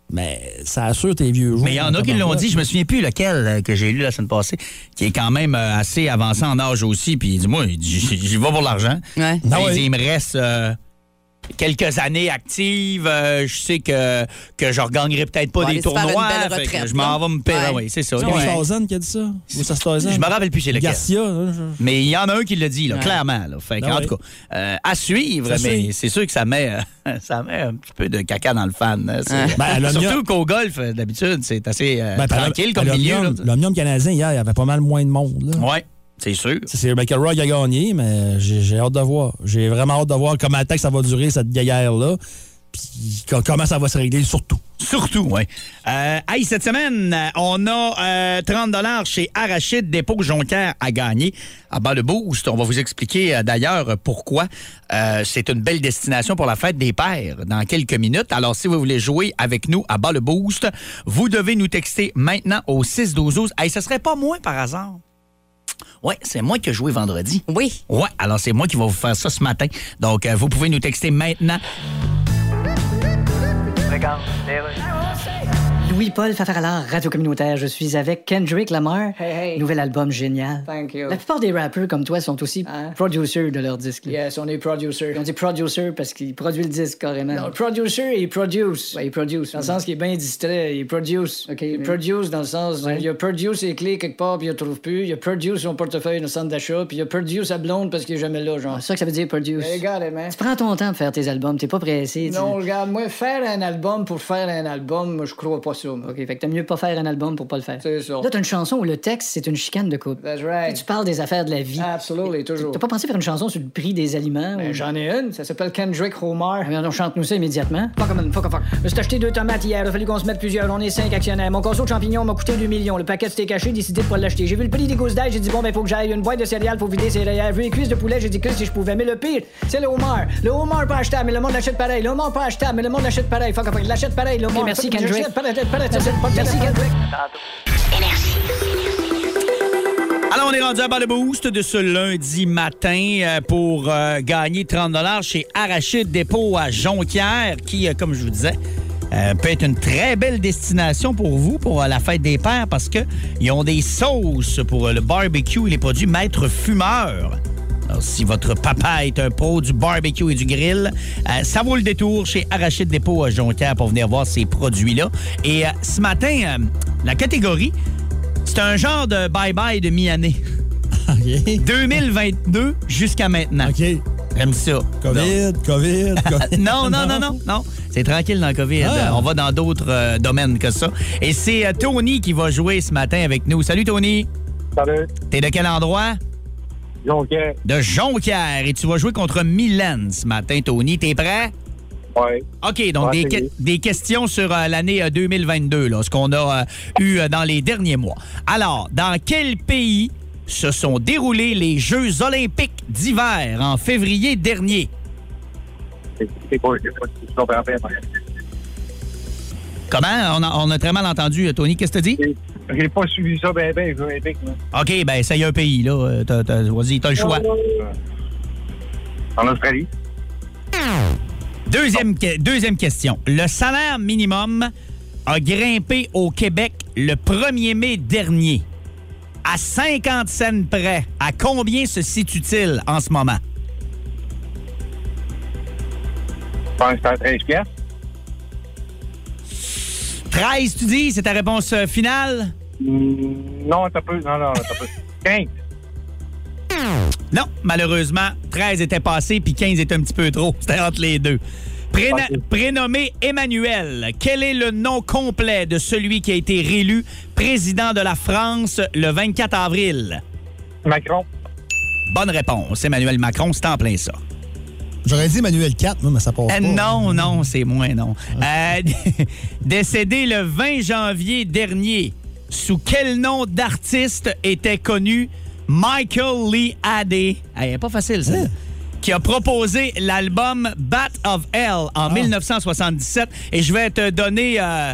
[SPEAKER 4] Mais ça assure tes vieux jours.
[SPEAKER 3] Mais il y en a qui l'ont dit, je me souviens plus lequel euh, que j'ai lu la semaine passée, qui est quand même euh, assez avancé en âge aussi. Puis il dit, moi, il dit, j'y j'y vais pour l'argent.
[SPEAKER 5] Ouais.
[SPEAKER 3] Ben,
[SPEAKER 4] Ah
[SPEAKER 3] il
[SPEAKER 4] ouais.
[SPEAKER 3] dit, il me reste euh, quelques années actives. euh, je sais que, que je ne regagnerai peut-être pas
[SPEAKER 5] On va
[SPEAKER 3] des
[SPEAKER 5] aller se faire une
[SPEAKER 3] tournois.
[SPEAKER 5] belle
[SPEAKER 3] fait que
[SPEAKER 5] retraite,
[SPEAKER 3] je m'en
[SPEAKER 5] là.
[SPEAKER 3] vais me payer.
[SPEAKER 5] Ouais.
[SPEAKER 3] Oui, c'est ça.
[SPEAKER 4] C'est
[SPEAKER 3] Ouais.
[SPEAKER 4] Stausen qui a dit ça? Ou ça Stausen?
[SPEAKER 3] Je me rappelle plus c'est lequel.
[SPEAKER 4] Garcia. hein, je-
[SPEAKER 3] Mais il y en a un qui l'a dit, là,
[SPEAKER 5] Ouais.
[SPEAKER 3] clairement. là. Fait que,
[SPEAKER 4] Ah
[SPEAKER 3] en
[SPEAKER 4] oui.
[SPEAKER 3] tout cas, euh, à suivre,
[SPEAKER 4] Ça
[SPEAKER 3] mais
[SPEAKER 4] suit.
[SPEAKER 3] c'est sûr que ça met, euh, ça met un petit peu de caca dans le fan. euh, c'est-
[SPEAKER 4] Ben, l'Omnium-
[SPEAKER 3] Surtout qu'au golf, euh, d'habitude, c'est assez euh,
[SPEAKER 4] ben, par-
[SPEAKER 3] tranquille comme
[SPEAKER 4] par
[SPEAKER 3] milieu.
[SPEAKER 4] l'Omnium-
[SPEAKER 3] là.
[SPEAKER 4] L'Omnium canadien, hier, il y avait pas mal moins de monde. là.
[SPEAKER 3] Oui, c'est sûr.
[SPEAKER 4] Ça, C'est McElroy qui a gagné, mais j'ai j'ai hâte de voir. J'ai vraiment hâte de voir comment attaque ça va durer, cette guerre-là. Puis co- comment ça va se régler, surtout.
[SPEAKER 3] Surtout, oui. Euh, hey, cette semaine, euh, on a euh, 30 chez Arachide Dépôt Jonquière à gagner. À bas le boost, on va vous expliquer euh, d'ailleurs euh, pourquoi. Euh, c'est une belle destination pour la fête des pères dans quelques minutes. Alors, si vous voulez jouer avec nous à bas le boost, vous devez nous texter maintenant au 6 12 12 Hey, ce serait pas moi par hasard? Oui, c'est moi qui ai joué vendredi.
[SPEAKER 5] Oui.
[SPEAKER 3] Ouais, alors c'est moi qui vais vous faire ça ce matin. Donc, euh, vous pouvez nous texter maintenant
[SPEAKER 7] Louis-Paul Fafaralard, Radio Communautaire, je suis avec Kendrick Lamar.
[SPEAKER 8] Hey, hey.
[SPEAKER 7] Nouvel album génial.
[SPEAKER 8] Thank you.
[SPEAKER 7] La plupart des rappeurs comme toi sont aussi
[SPEAKER 8] Hein?
[SPEAKER 7] producers de leurs disques. là.
[SPEAKER 8] Yes, on est producer.
[SPEAKER 7] Ils ont dit producer parce qu'ils produisent le disque carrément.
[SPEAKER 8] Non, le producer, il produce.
[SPEAKER 7] Ouais, ils produisent.
[SPEAKER 8] Dans le sens qu'il est bien distrait, il produce.
[SPEAKER 7] OK,
[SPEAKER 8] il
[SPEAKER 7] mais-
[SPEAKER 8] produce dans le sens,
[SPEAKER 7] Ouais.
[SPEAKER 8] il y a produce ses clés quelque part, puis il ne trouve plus. Il y a produce son portefeuille dans le centre d'achat, puis il y a produce sa blonde parce qu'il est jamais là, genre.
[SPEAKER 7] C'est Ah, ça que ça veut dire produce.
[SPEAKER 8] Hey,
[SPEAKER 7] Tu
[SPEAKER 8] regarde, man.
[SPEAKER 7] prends ton temps pour faire tes albums, t'es pas pressé. tu-
[SPEAKER 8] Non, regarde, moi, faire un album pour faire un album, moi, je crois pas ça. moi.
[SPEAKER 7] OK, fait que t'as mieux pas faire un album pour pas le faire.
[SPEAKER 8] C'est ça. Ben,
[SPEAKER 7] Là, t'as une chanson où le texte, c'est une chicane de couple.
[SPEAKER 8] That's
[SPEAKER 7] Et Tu
[SPEAKER 8] right.
[SPEAKER 7] parles des affaires de la vie.
[SPEAKER 8] Absolutely, Oh, toujours.
[SPEAKER 7] T'as pas pensé faire une chanson sur le prix des aliments?
[SPEAKER 8] Ben,
[SPEAKER 7] ou-
[SPEAKER 8] J'en ai une, ça s'appelle Kendrick Homer.
[SPEAKER 7] Ah, merde, on chante-nous ça immédiatement.
[SPEAKER 8] Fuck, man, fuck, fuck. Je me suis acheté deux tomates hier, il a fallu qu'on se mette plusieurs, on est cinq actionnaires. Mon conso de champignons m'a coûté 2 millions, le paquet c'était caché, décidé de pas l'acheter. J'ai vu le prix des gousses d'ail, j'ai dit bon ben faut que j'aille une boîte de céréales pour vider céréales. Vu les cuisses de poulet, j'ai dit que si je pouvais. Mais le pire, c'est le homard. Le homard pas achetable, mais le monde l'achète pareil. Le homard pas achetable, mais le monde l'achète pareil. Fuck, fuck, il l'achète pareil, le homard.
[SPEAKER 7] Ok, merci,
[SPEAKER 8] Fuck, je
[SPEAKER 7] Kendrick.
[SPEAKER 8] l'achète pareil, l'achète pareil, l'achète pareil.
[SPEAKER 7] Merci, Kendrick.
[SPEAKER 3] Alors, on est rendu à Bas le Boost de ce lundi matin euh, pour euh, gagner 30 chez Arachide Dépôt à Jonquière, qui, euh, comme je vous disais, euh, peut être une très belle destination pour vous pour euh, la fête des pères parce qu'ils ont des sauces pour euh, le barbecue et les produits maître fumeur. Alors, si votre papa est un pro du barbecue et du grill, euh, ça vaut le détour chez Arachide Dépôt à Jonquière pour venir voir ces produits-là. Et euh, ce matin, euh, la catégorie, c'est un genre de bye-bye de mi-année. 2022 jusqu'à maintenant. OK. J'aime ça.
[SPEAKER 4] COVID, COVID, COVID.
[SPEAKER 3] Non, non, non, non, non. C'est tranquille dans le COVID.
[SPEAKER 4] Ah.
[SPEAKER 3] On va dans d'autres euh, domaines que ça. Et c'est euh, Tony qui va jouer ce matin avec nous. Salut, Tony. Salut. T'es de quel endroit? Jonquière. De Jonquière. Et tu vas jouer contre Milan ce matin, Tony. T'es prêt? Oui. OK,
[SPEAKER 9] Ouais,
[SPEAKER 3] donc des,
[SPEAKER 9] c'est
[SPEAKER 3] que-
[SPEAKER 9] lui.
[SPEAKER 3] des questions sur euh, l'année euh, 2022, là, ce qu'on a euh, eu euh, dans les derniers mois. Alors, dans quel pays se sont déroulés les Jeux olympiques d'hiver en février dernier?
[SPEAKER 9] C'est quoi, c'est quoi, c'est quoi, c'est quoi,
[SPEAKER 3] Comment? On a, on a très mal entendu, euh, Tony. Qu'est-ce que tu dis?
[SPEAKER 9] J'ai pas suivi ça, ben, ben, je veux être
[SPEAKER 3] OK, ben, ça y est, un pays, là. Euh, t'as- t'as- Vas-y, t'as le choix.
[SPEAKER 9] En Australie.
[SPEAKER 3] Deuxième, que- deuxième question. Le salaire minimum a grimpé au Québec le 1er mai dernier. À 50 cents près, à combien se situe-t-il en ce moment?
[SPEAKER 9] Je pense que c'est à 13 piastres.
[SPEAKER 3] 13, tu dis? C'est ta réponse euh, finale?
[SPEAKER 9] Hmm, Non, t'as peu. Non, non, t'as peu. 15.
[SPEAKER 3] Non, malheureusement, 13 était passé puis 15 était un petit peu trop. C'était entre les deux. Préna- Prénommé Emmanuel, quel est le nom complet de celui qui a été réélu président de la France le 24 avril? Macron. Bonne réponse. Emmanuel Macron, c'est en plein ça.
[SPEAKER 4] J'aurais dit Manuel 4, moi, mais ça passe
[SPEAKER 3] Euh,
[SPEAKER 4] pas.
[SPEAKER 3] non, non, c'est moins non. Euh, décédé le 20 janvier dernier, sous quel nom d'artiste était connu Michael Lee Adé? Hey, pas facile, ça. Qui a proposé l'album Bat of Hell en 1977. Et je vais te donner euh,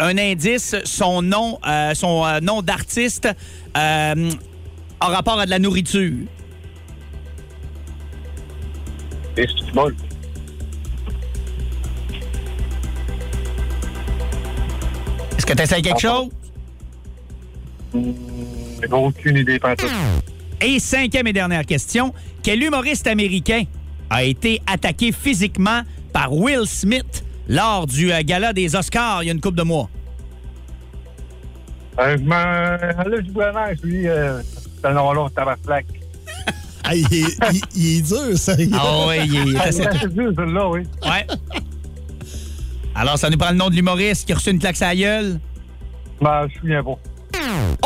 [SPEAKER 3] un indice. Son nom, euh, son euh, nom d'artiste euh, en rapport à de la nourriture.
[SPEAKER 9] Et c'est bon.
[SPEAKER 3] Est-ce que tu essaies quelque chose?
[SPEAKER 9] J'ai pas aucune idée, pas tout.
[SPEAKER 3] Et cinquième et dernière question, quel humoriste américain a été attaqué physiquement par Will Smith lors du euh, gala des Oscars il y a une couple de mois?
[SPEAKER 9] Euh, je m'en. Là, je vous annonce, lui, euh, c'est le nom-là, Tabarflac.
[SPEAKER 4] Ah, il, est, il, il est dur, sérieux.
[SPEAKER 3] Ah oui, il est
[SPEAKER 9] Ah,
[SPEAKER 3] assez-
[SPEAKER 9] c'est dur, celle-là, oui.
[SPEAKER 3] Ouais. Alors, ça nous prend le nom de l'humoriste qui a reçu une claque à la gueule?
[SPEAKER 9] Ben, je suis bien bon.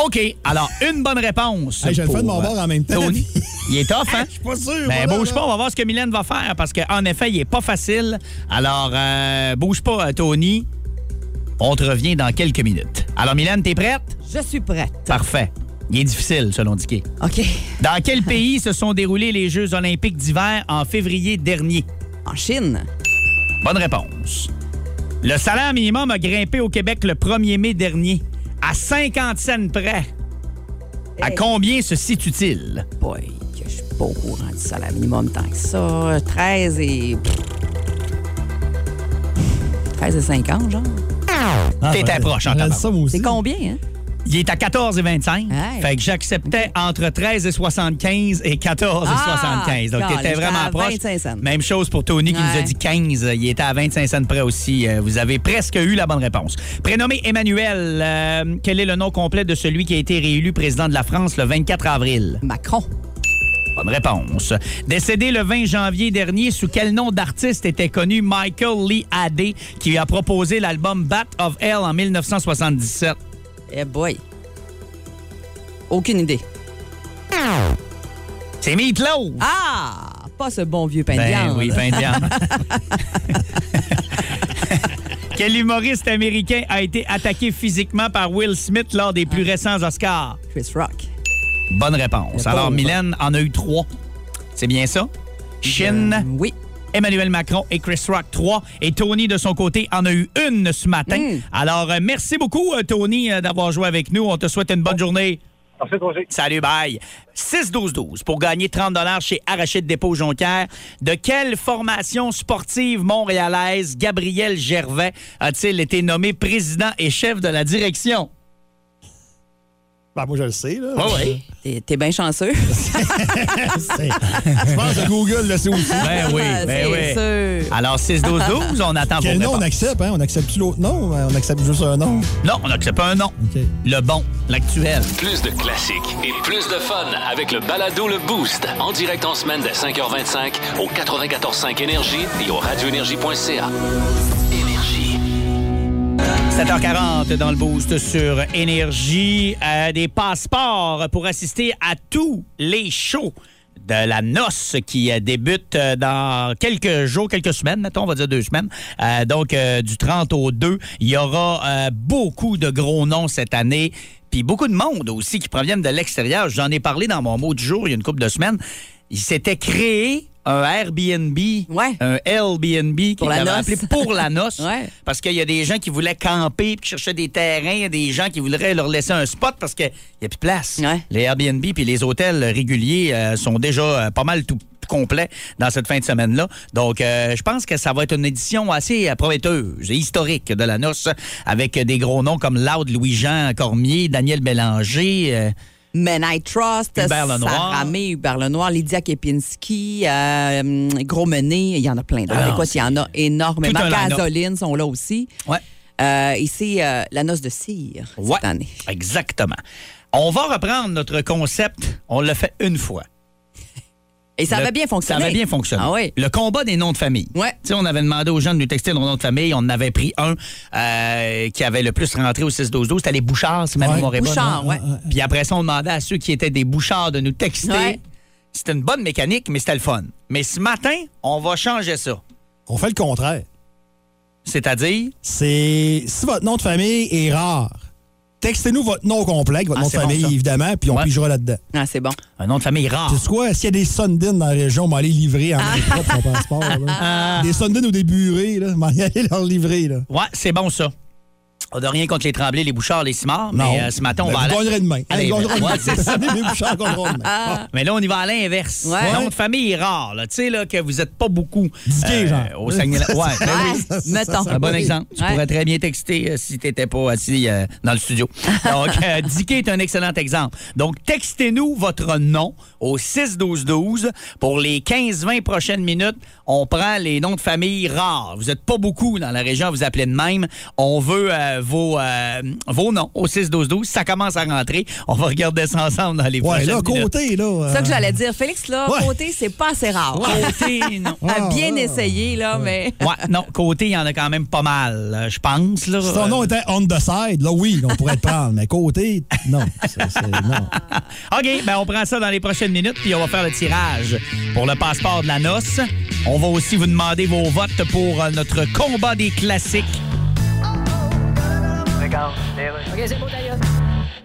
[SPEAKER 3] OK. Alors, une bonne réponse.
[SPEAKER 4] Hey, je vais le
[SPEAKER 3] pour,
[SPEAKER 4] faire de mon
[SPEAKER 3] euh,
[SPEAKER 4] bord en même temps.
[SPEAKER 3] Tony. Il est tough, hein?
[SPEAKER 4] Pas sûr.
[SPEAKER 3] Ben,
[SPEAKER 4] voilà,
[SPEAKER 3] bouge
[SPEAKER 4] là.
[SPEAKER 3] pas, on va voir ce que Mylène va faire parce qu'en effet, il est pas facile. Alors, euh, bouge pas, Tony. On te revient dans quelques minutes. Alors, Mylène, t'es prête?
[SPEAKER 5] Je suis prête.
[SPEAKER 3] Parfait. Il est difficile, selon Dicky.
[SPEAKER 5] OK.
[SPEAKER 3] Dans quel pays se sont déroulés les Jeux olympiques d'hiver en février dernier?
[SPEAKER 5] En Chine.
[SPEAKER 3] Bonne réponse. Le salaire minimum a grimpé au Québec le 1er mai dernier, à 50 cents près. À combien se situe-t-il?
[SPEAKER 5] Boy, que je suis pas au courant du salaire minimum tant que ça. 13 et. 13 et 5 ans, genre.
[SPEAKER 4] Ah,
[SPEAKER 3] T'es
[SPEAKER 4] j'aurais-
[SPEAKER 3] proche en
[SPEAKER 4] j'aurais dit
[SPEAKER 3] tabarnak.
[SPEAKER 4] ça, moi aussi.
[SPEAKER 5] C'est combien, hein?
[SPEAKER 3] Il est à 14 et 25.
[SPEAKER 5] Hey.
[SPEAKER 3] Fait que j'acceptais entre 13 et 75 et 14
[SPEAKER 5] Ah,
[SPEAKER 3] et 75. Donc,
[SPEAKER 5] golly,
[SPEAKER 3] t'étais
[SPEAKER 5] j'étais
[SPEAKER 3] vraiment
[SPEAKER 5] à
[SPEAKER 3] proche.
[SPEAKER 5] 25 cents.
[SPEAKER 3] Même chose pour Tony qui nous a
[SPEAKER 5] Ouais.
[SPEAKER 3] dit 15. Il était à 25 cents près aussi. Euh, Vous avez presque eu la bonne réponse. Prénommé Emmanuel, euh, quel est le nom complet de celui qui a été réélu président de la France le 24 avril?
[SPEAKER 5] Macron.
[SPEAKER 3] Bonne réponse. Décédé le 20 janvier dernier, sous quel nom d'artiste était connu Michael Lee Adé qui a proposé l'album Bat of Hell en 1977?
[SPEAKER 5] Eh boy. Aucune idée.
[SPEAKER 3] C'est Meatloaf!
[SPEAKER 5] Ah! Pas ce bon vieux pain de
[SPEAKER 3] Ben
[SPEAKER 5] viande.
[SPEAKER 3] oui, pain de viande. Quel humoriste américain a été attaqué physiquement par Will Smith lors des plus récents Oscars?
[SPEAKER 5] Chris Rock.
[SPEAKER 3] Ah. Bonne réponse.
[SPEAKER 5] Le
[SPEAKER 3] Alors,
[SPEAKER 5] pauvre.
[SPEAKER 3] Mylène en a eu trois. C'est bien ça? Shin,
[SPEAKER 5] Euh, oui.
[SPEAKER 3] Emmanuel Macron et Chris Rock, trois. Et Tony, de son côté, en a eu une ce matin.
[SPEAKER 5] Mm.
[SPEAKER 3] Alors, euh, merci beaucoup, euh, Tony, euh, d'avoir joué avec nous. On te souhaite une bonne journée. Salut, bye. 6-12-12 pour gagner 30 chez Arachide Dépôt Jonquière. De quelle formation sportive montréalaise Gabriel Gervais a-t-il été nommé président et chef de la direction?
[SPEAKER 4] Ben, moi, je le sais, là.
[SPEAKER 3] oui.
[SPEAKER 5] T'es- T'es bien chanceux.
[SPEAKER 4] Je pense que Google le sait aussi.
[SPEAKER 3] Ben oui, ben oui.
[SPEAKER 5] C'est sûr.
[SPEAKER 3] Alors, 6-12-12, on attend
[SPEAKER 4] Quel
[SPEAKER 3] vos
[SPEAKER 4] nom on
[SPEAKER 3] réponses.
[SPEAKER 4] accepte, hein? On accepte-tu l'autre nom? hein? On accepte juste un nom?
[SPEAKER 3] Non, on n'accepte pas un nom.
[SPEAKER 4] OK.
[SPEAKER 3] Le bon, l'actuel.
[SPEAKER 1] Plus de classiques et plus de fun avec le balado Le Boost. En direct en semaine dès 5h25 au 94.5 Énergie et au radioénergie.ca. Énergie.
[SPEAKER 3] 7h40 dans le boost sur Énergie. Euh, des passeports pour assister à tous les shows de la noce qui euh, débute euh, dans quelques jours, quelques semaines, mettons, on va dire deux semaines. Euh, donc, euh, du 30 au 2, il y aura euh, beaucoup de gros noms cette année. Puis beaucoup de monde aussi qui proviennent de l'extérieur. J'en ai parlé dans mon mot du jour il y a une couple de semaines. Il s'était créé un Airbnb,
[SPEAKER 5] Ouais.
[SPEAKER 3] un LBNB qui
[SPEAKER 5] Pour la
[SPEAKER 3] l'avait
[SPEAKER 5] noce.
[SPEAKER 3] appelé pour la noce.
[SPEAKER 5] Ouais.
[SPEAKER 3] Parce qu'il y a des gens qui voulaient camper, puis chercher des terrains, il y a des gens qui voudraient leur laisser un spot parce qu'il n'y a plus de place.
[SPEAKER 5] Ouais.
[SPEAKER 3] Les Airbnb puis les hôtels réguliers euh, sont déjà euh, pas mal tout complets dans cette fin de semaine-là. Donc, euh, je pense que ça va être une édition assez euh, prometteuse et historique de la noce avec des gros noms comme Loud, Louis-Jean Cormier, Daniel Bélanger. euh,
[SPEAKER 5] Men I Trust,
[SPEAKER 3] Hubert Lenoir.
[SPEAKER 5] Saramé, Hubert Lenoir, Lydia Kepinski, euh, hum, Gros Mené, il y en a plein d'autres.
[SPEAKER 3] Ah,
[SPEAKER 5] Écoute, il y en a énormément.
[SPEAKER 3] Tout un line-up.
[SPEAKER 5] Casoline sont là aussi.
[SPEAKER 3] Ouais.
[SPEAKER 5] Euh, et c'est euh, la noce de cire
[SPEAKER 3] Ouais,
[SPEAKER 5] cette année.
[SPEAKER 3] Exactement. On va reprendre notre concept. On l'a fait une fois.
[SPEAKER 5] Et ça
[SPEAKER 3] Le-
[SPEAKER 5] avait bien fonctionné.
[SPEAKER 3] Ça avait bien fonctionné.
[SPEAKER 5] Ah oui.
[SPEAKER 3] Le combat des noms de famille.
[SPEAKER 5] Ouais.
[SPEAKER 3] Tu sais, on avait demandé aux gens de nous texter nos noms de famille. On en avait pris un euh, qui avait le plus rentré au 6-12-12. C'était les Bouchards, si ma
[SPEAKER 4] Ouais.
[SPEAKER 3] mémoire est bonne. hein?
[SPEAKER 5] Bouchard, ouais.
[SPEAKER 3] Puis après ça, on demandait à ceux qui étaient des Bouchards de nous texter.
[SPEAKER 5] Ouais.
[SPEAKER 3] C'était une bonne mécanique, mais c'était le fun. Mais ce matin, on va changer ça.
[SPEAKER 4] On fait le contraire.
[SPEAKER 3] C'est-à-dire,
[SPEAKER 4] C'est si votre nom de famille est rare, textez-nous votre nom complet, votre
[SPEAKER 3] Ah,
[SPEAKER 4] nom de
[SPEAKER 3] c'est bon,
[SPEAKER 4] famille,
[SPEAKER 3] ça.
[SPEAKER 4] évidemment, puis on
[SPEAKER 3] Ouais. Ah.
[SPEAKER 4] pigera là-dedans.
[SPEAKER 5] Ah, c'est bon.
[SPEAKER 3] un nom de famille rare.
[SPEAKER 4] C'est quoi? S'il y a des Sundin dans la région, on va aller livrer en
[SPEAKER 3] Ah.
[SPEAKER 4] main propre son passeport. là. Des Sundin ou des Burés, là, on va y aller leur livrer. Là.
[SPEAKER 3] Ouais, c'est bon, ça. On n'a rien contre les Tremblay, les Bouchards, les Simards, mais euh, ce matin, on va
[SPEAKER 4] Ben, vous
[SPEAKER 3] aller.
[SPEAKER 4] gagnerez demain.
[SPEAKER 3] Allez,
[SPEAKER 4] Allez,
[SPEAKER 3] ben,
[SPEAKER 4] vous gagnerez
[SPEAKER 3] ouais,
[SPEAKER 4] demain.
[SPEAKER 3] c'est ça.
[SPEAKER 4] Les Bouchards gagneront demain. Ah.
[SPEAKER 3] Mais là, on y va à l'inverse.
[SPEAKER 5] Ouais.
[SPEAKER 3] Nom de famille rare, là. Tu sais, là, que vous n'êtes pas beaucoup. euh,
[SPEAKER 4] Digué, genre.
[SPEAKER 3] Au Saguenay. Ouais, ben oui.
[SPEAKER 5] Ouais, Ah, mettons.
[SPEAKER 3] Un bon exemple. Tu
[SPEAKER 5] Ouais.
[SPEAKER 3] pourrais très bien texter euh, si tu n'étais pas assis euh, dans le studio. Donc, euh, Dicky est un excellent exemple. Donc, textez-nous votre nom au 6-12-12. Pour les 15-20 prochaines minutes, on prend les noms de famille rares. Vous n'êtes pas beaucoup dans la région, vous appelez de même. On veut euh, vos, euh, vos noms au 6-12-12. Ça commence à rentrer. On va regarder ça ensemble dans les
[SPEAKER 4] Ouais,
[SPEAKER 3] prochaines
[SPEAKER 4] là,
[SPEAKER 3] minutes.
[SPEAKER 4] côté, là. euh,
[SPEAKER 5] C'est ça que j'allais dire. Félix, là,
[SPEAKER 4] Ouais.
[SPEAKER 5] côté, c'est pas assez rare.
[SPEAKER 3] Côté, non.
[SPEAKER 5] a
[SPEAKER 4] Ah,
[SPEAKER 5] bien
[SPEAKER 4] ouais.
[SPEAKER 5] essayé, là, mais.
[SPEAKER 3] Ouais, non, côté, il y en a quand même pas mal, euh, je pense. Là.
[SPEAKER 4] Si ton nom était on the side, là, oui, on pourrait te prendre. Mais côté, non. C'est- c'est- non.
[SPEAKER 3] OK, ben on prend ça dans les prochaines minutes, puis on va faire le tirage pour le passeport de la noce. On va aussi vous demander vos votes pour euh, notre combat des classiques.
[SPEAKER 8] Ok, c'est bon, d'ailleurs.